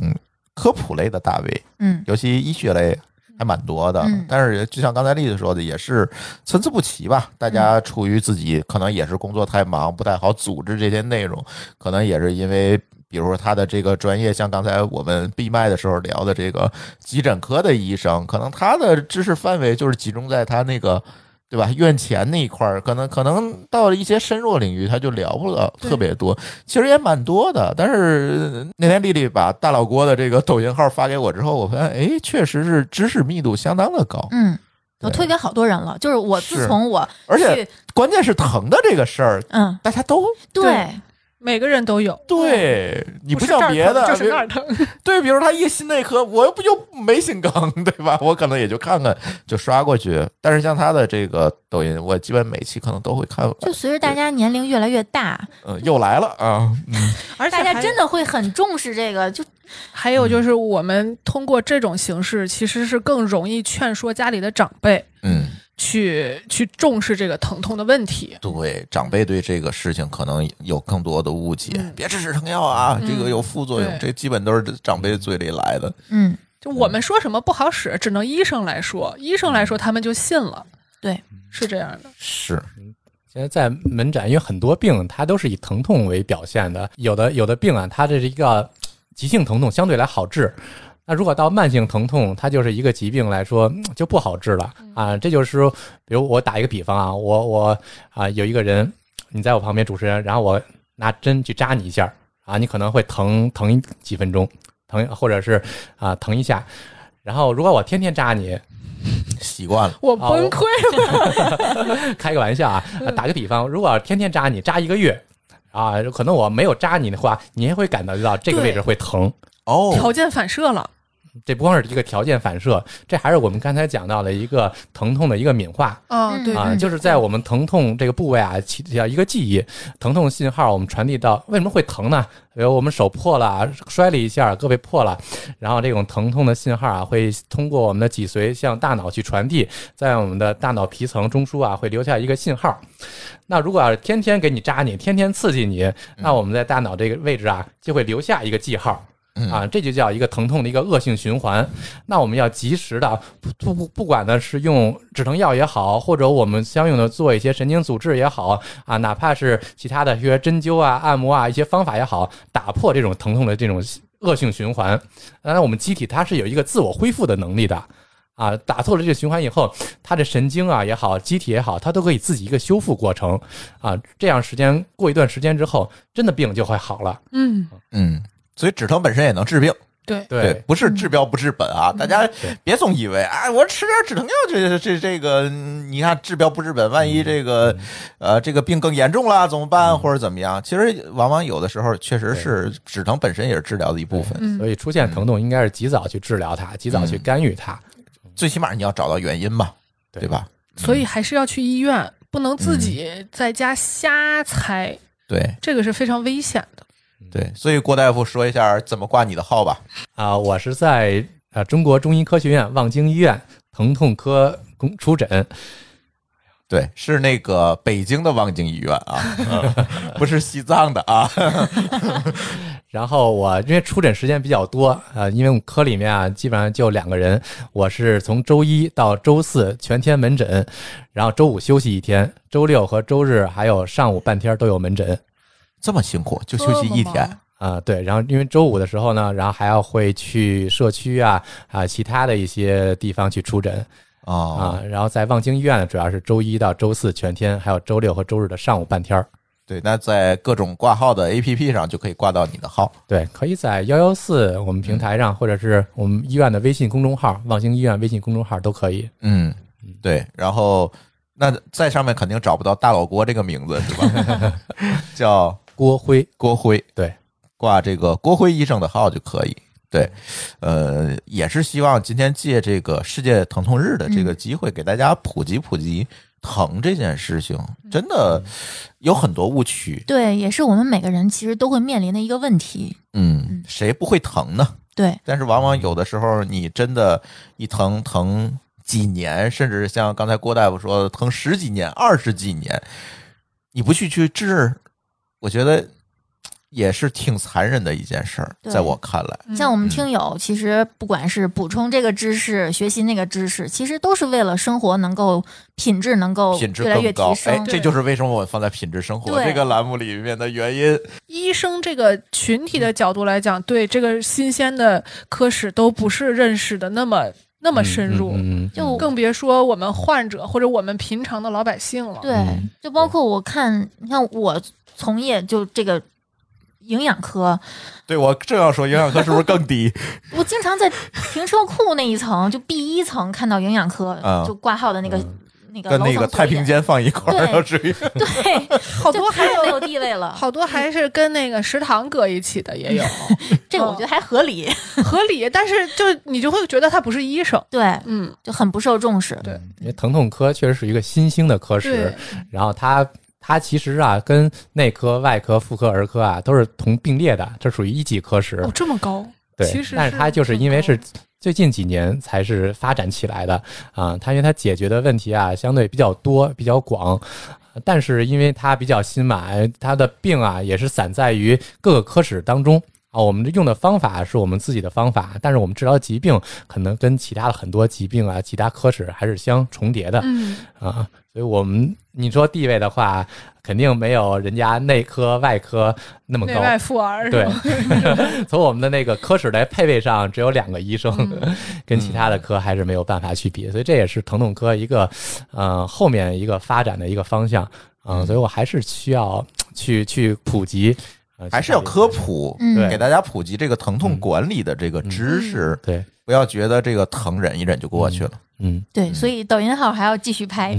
Speaker 2: 科普类的大 V，
Speaker 3: 嗯，
Speaker 2: 尤其医学类还蛮多的。
Speaker 3: 嗯
Speaker 2: 但是就像刚才栗子说的，也是参差不齐吧。大家出于自己可能也是工作太忙，不太好组织这些内容，可能也是因为。比如说他的这个专业，像刚才我们闭麦的时候聊的这个急诊科的医生，可能他的知识范围就是集中在他那个，对吧？院前那一块儿，可能可能到了一些深入领域，他就聊不了特别多。其实也蛮多的，但是那天丽丽把大老郭的这个抖音号发给我之后，我发现，哎，确实是知识密度相当的高，
Speaker 3: 嗯，我推给好多人了。就是我
Speaker 2: 是
Speaker 3: 自从我
Speaker 2: 而且
Speaker 3: 去，
Speaker 2: 关键是疼的这个事儿，
Speaker 3: 嗯，
Speaker 2: 大家都
Speaker 3: 对，
Speaker 4: 每个人都有。嗯
Speaker 2: 对你不
Speaker 4: 是这
Speaker 2: 像
Speaker 4: 儿
Speaker 2: 别
Speaker 4: 疼
Speaker 2: 的，
Speaker 4: 就是
Speaker 2: 比
Speaker 4: 那儿疼。
Speaker 2: 对，比如他一心内科，我又不就没心梗， 对吧？我可能也就看看就刷过去。但是像他的这个抖音，我基本每期可能都会看完。
Speaker 3: 就随着大家年龄越来越大，
Speaker 2: 嗯，又来了啊！嗯，
Speaker 4: 而且
Speaker 3: 大家
Speaker 4: 还
Speaker 3: 真的会很重视这个，就
Speaker 4: 还有就是，我们通过这种形式，其实是更容易劝说家里的长辈
Speaker 2: 嗯
Speaker 4: 去去重视这个疼痛的问题。
Speaker 2: 对，长辈对这个事情可能有更多的误解，
Speaker 4: 嗯
Speaker 2: 别吃止疼药啊，这个有副作用，
Speaker 4: 对
Speaker 2: 这基本都是长辈嘴里来的。
Speaker 3: 嗯，
Speaker 4: 就我们说什么不好使，只能医生来说，医生来说他们就信了。
Speaker 3: 对，
Speaker 4: 是这样的。
Speaker 2: 是，
Speaker 5: 现在在门诊，因为很多病它都是以疼痛为表现的，有的有的病啊，它这是一个急性疼痛，相对来好治。那如果到慢性疼痛，它就是一个疾病来说嗯就不好治了啊。这就是说，比如我打一个比方啊，我我啊有一个人，你在我旁边主持人，然后我拿针去扎你一下啊，你可能会疼疼几分钟，疼或者是啊疼一下。然后如果我天天扎你，
Speaker 2: 习惯了。
Speaker 4: 我
Speaker 5: 啊我
Speaker 4: 崩溃了，
Speaker 5: 开个玩笑啊，打个比方，如果天天扎你，扎一个月。啊，可能我没有扎你的话，你也会感觉到这个位置会疼。
Speaker 4: 条
Speaker 2: 哦，
Speaker 4: 件反射了。
Speaker 5: 这不光是一个条件反射，这还是我们刚才讲到了一个疼痛的一个敏化
Speaker 4: 啊，
Speaker 3: 嗯
Speaker 4: 对，
Speaker 5: 啊，
Speaker 3: 嗯
Speaker 5: 就是在我们疼痛这个部位啊起叫一个记忆，疼痛信号我们传递到为什么会疼呢？比如我们手破了，啊摔了一下，胳膊破了，然后这种疼痛的信号啊会通过我们的脊髓向大脑去传递，在我们的大脑皮层中枢啊会留下一个信号。那如果要是天天给你扎你，天天刺激你，那我们在大脑这个位置啊就会留下一个记号。啊，这就叫一个疼痛的一个恶性循环。那我们要及时的，不不不管呢是用止疼药也好，或者我们相应的做一些神经阻滞也好啊，哪怕是其他的一些针灸啊、按摩啊一些方法也好，打破这种疼痛的这种恶性循环。当然，我们机体它是有一个自我恢复的能力的。啊，打破了这个循环以后，它的神经啊也好，机体也好，它都可以自己一个修复过程啊。这样时间过一段时间之后，真的病就会好了。
Speaker 4: 嗯，
Speaker 2: 嗯，所以止疼本身也能治病。
Speaker 4: 对，
Speaker 2: 对，不是治标不治本啊！大家别总以为，哎，我吃点止疼药，这这这个，嗯你看治标不治本，万一这个，呃，这个病更严重了怎么办，或者怎么样？其实往往有的时候确实是止疼本身也是治疗的一部分，
Speaker 4: 嗯
Speaker 5: 所以出现疼痛应该是及早去治疗它，及早去干预它。
Speaker 2: 最起码你要找到原因嘛，对吧？
Speaker 4: 所以还是要去医院，不能自己在家瞎猜，
Speaker 2: 对
Speaker 4: 这个是非常危险的。
Speaker 2: 对，所以郭大夫说一下怎么挂你的号吧。
Speaker 5: 啊、我是在啊、呃中国中医科学院望京医院疼痛科工出诊，
Speaker 2: 对，是那个北京的望京医院啊，不是西藏的啊。
Speaker 5: 然后我因为出诊时间比较多，呃，因为我们科里面啊基本上就两个人，我是从周一到周四全天门诊，然后周五休息一天，周六和周日还有上午半天都有门诊。
Speaker 2: 这么辛苦，就休息一
Speaker 4: 这么
Speaker 2: 天
Speaker 4: 忙，
Speaker 5: 啊、对，然后因为周五的时候呢，然后还要会去社区啊啊、其他的一些地方去出诊，
Speaker 2: 哦，
Speaker 5: 啊，然后在望京医院呢，主要是周一到周四全天，还有周六和周日的上午半天儿。
Speaker 2: 对，那在各种挂号的 APP 上就可以挂到你的号。
Speaker 5: 对，可以在幺幺四我们平台上，或者是我们医院的微信公众号“望京医院”微信公众号都可以。
Speaker 2: 嗯，对，然后那在上面肯定找不到大老郭这个名字是吧？ 叫
Speaker 5: 郭辉，
Speaker 2: 郭辉，
Speaker 5: 对，
Speaker 2: 挂这个郭辉医生的号就可以。对，呃，也是希望今天借这个世界疼痛日的这个机会，给大家普及普及疼这件事情，真的有很多误区。
Speaker 3: 对，也是我们每个人其实都会面临的一个问题。
Speaker 2: 嗯，谁不会疼呢？
Speaker 3: 对，
Speaker 2: 但是往往有的时候，你真的，一疼疼几年，甚至像刚才郭大夫说的，疼十几年、二十几年，你不去去治，我觉得也是挺残忍的一件事儿，
Speaker 3: 对
Speaker 2: 在我看来，
Speaker 3: 像我
Speaker 2: 嗯
Speaker 3: 们听友，其实不管是补充这个知识、学习那个知识，其实都是为了生活能够品质能够
Speaker 2: 品质
Speaker 3: 哦越来越
Speaker 2: 更
Speaker 3: 提
Speaker 2: 高。哎，
Speaker 3: 升。
Speaker 2: 这就是为什么我放在品质生活
Speaker 3: 对
Speaker 2: 这个栏目里面的原因。
Speaker 4: 医生这个群体的角度来讲，对这个新鲜的科室都不是认识的那么那么深入，
Speaker 5: 嗯，嗯
Speaker 3: 就
Speaker 4: 更别说我们患者或者我们平常的老百姓了。
Speaker 3: 对
Speaker 5: 嗯，
Speaker 3: 就包括我看，你看我从业就这个营养科，
Speaker 2: 对我正要说营养科是不是更 低？
Speaker 3: 我经常在停车库那一层，就 B 一层看到营养科，
Speaker 2: 嗯
Speaker 3: 就挂号的那个、
Speaker 5: 嗯
Speaker 3: 那个
Speaker 2: 跟
Speaker 3: 楼
Speaker 2: 那
Speaker 3: 层
Speaker 2: 个
Speaker 3: 左
Speaker 2: 太
Speaker 3: 一
Speaker 2: 平
Speaker 3: 点，
Speaker 2: 间放一块儿，
Speaker 3: 对
Speaker 2: 要至于
Speaker 3: 对，
Speaker 4: 好多
Speaker 3: 就嗯
Speaker 4: 还
Speaker 3: 太没有
Speaker 4: 有
Speaker 3: 地位了。
Speaker 4: 好多还是跟那个食堂搁一起 的也有，
Speaker 3: 这个我觉得还合理，
Speaker 4: 合理，但是就你就会觉得他不是医生，
Speaker 3: 对，
Speaker 4: 嗯，
Speaker 3: 就很不受重视。
Speaker 4: 对
Speaker 5: 因为嗯疼痛科确实是一个新兴的科室
Speaker 4: 对，，
Speaker 5: 然后它它其实啊跟内科、外科、妇科、儿科啊都是同并列的，这属于一级科室。
Speaker 4: 哦，这么高，
Speaker 5: 对，
Speaker 4: 其实
Speaker 5: 但是它就是因为
Speaker 4: 更
Speaker 5: 是
Speaker 4: 高
Speaker 5: 最近几年才是发展起来的啊，它因为它解决的问题啊相对比较多、比较广。但是因为它比较新嘛，哎它的病啊也是散在于各个科室当中啊。我们用的方法是我们自己的方法，但是我们治疗疾病可能跟其他的很多疾病啊、其他科室还是相重叠的。
Speaker 4: 嗯，
Speaker 5: 啊，所以我们你说地位的话，肯定没有人家内科、外科那么
Speaker 4: 内
Speaker 5: 高。
Speaker 4: 外妇儿是
Speaker 5: 对
Speaker 4: 吧，
Speaker 5: 从我们的那个科室来配备上，只有两个医生，
Speaker 4: 嗯
Speaker 5: 跟其他的科还是没有办法去比，所以这也是疼痛科一个呃后面一个发展的一个方向啊、
Speaker 4: 嗯
Speaker 5: 所以我还是需要去去普及，呃
Speaker 2: 还是要科。普，
Speaker 3: 嗯，
Speaker 5: 对
Speaker 2: 给大家普及这个疼痛管理的这个知识，
Speaker 5: 其他的对，
Speaker 2: 不要觉得这个疼忍一忍就过去了。
Speaker 5: 嗯，
Speaker 3: 对，所以抖音号还要继续拍。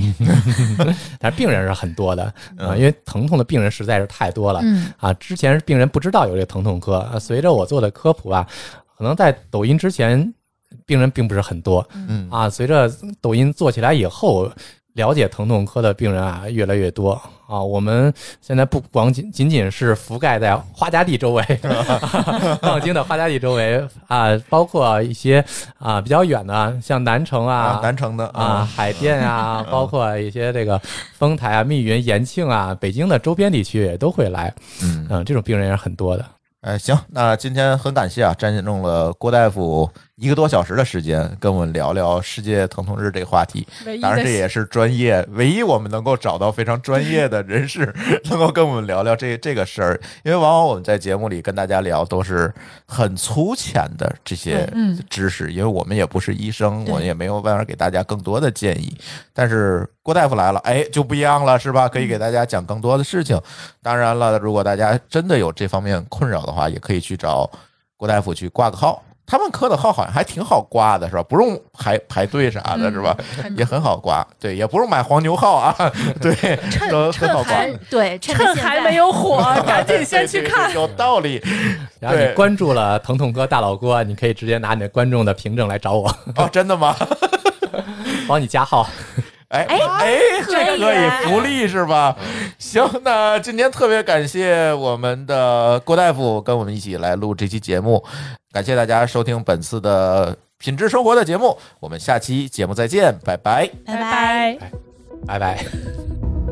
Speaker 5: 但是病人是很多的啊、
Speaker 2: 嗯
Speaker 5: 因为疼痛的病人实在是太多了。
Speaker 3: 嗯，
Speaker 5: 啊，之前病人不知道有这个疼痛科，啊、随着我做的科普啊，可能在抖音之前，病人并不是很多
Speaker 2: 嗯
Speaker 5: 啊。随着抖音做起来以后，了解疼痛科的病人啊越来越多啊。我们现在不光仅仅仅是覆盖在花家地周围， 望京的花家地周围啊，包括一些啊比较远的，像南城啊、
Speaker 2: 南城嗯的
Speaker 5: 啊，，海淀啊，包括一些这个丰台啊、密云、延庆啊、北京的周边地区也都会来，
Speaker 2: 嗯，
Speaker 5: 嗯，这种病人也是很多的。
Speaker 2: 哎，行，那今天很感谢啊，占用了郭大夫一个多小时的时间，跟我们聊聊世界疼痛日这个话题。
Speaker 4: 唯一
Speaker 2: 当然，这
Speaker 4: 的
Speaker 2: 也是专业，唯一我们能够找到非常专业的人士， 能够跟我们聊聊这这个事儿。因为往往我们在节目里跟大家聊都是很粗浅的这些
Speaker 4: 嗯
Speaker 2: 知识，因为我们也不是医生，
Speaker 3: 对
Speaker 2: 我们也没有办法给大家更多的建议。但是郭大夫来了，哎，就不一样了，是吧？
Speaker 4: 嗯
Speaker 2: 可以给大家讲更多的事情。当然了，如果大家真的有这方面困扰的话，也可以去找郭大夫去挂个号。他们科的号好像还挺好挂的，是吧？不用排排队啥
Speaker 4: 嗯
Speaker 2: 的，是吧？
Speaker 4: 很
Speaker 2: 也很好刮，对，也不用买黄牛号啊， 对，都很好刮。
Speaker 3: 趁对趁着
Speaker 4: 趁
Speaker 3: 现
Speaker 4: 还
Speaker 3: 在
Speaker 4: 没有火，赶紧先去
Speaker 2: 对对
Speaker 4: 看
Speaker 2: 对。有道理
Speaker 5: 然后
Speaker 2: 对
Speaker 5: 你关注了疼痛哥、大老郭，你可以直接拿你的观众的凭证来找我，
Speaker 2: 哦，真的 吗？
Speaker 5: 帮你加号。
Speaker 2: 哎
Speaker 3: 哎
Speaker 2: 哎，这
Speaker 3: 可以
Speaker 2: 可以
Speaker 3: 啊
Speaker 2: 福利是吧？行，那今天特别感谢我们的郭大夫跟我们一起来录这期节目，感谢大家收听本次的品质生活的节目，我们下期节目再见，拜拜。
Speaker 3: 拜拜。
Speaker 4: 拜。
Speaker 5: 拜拜。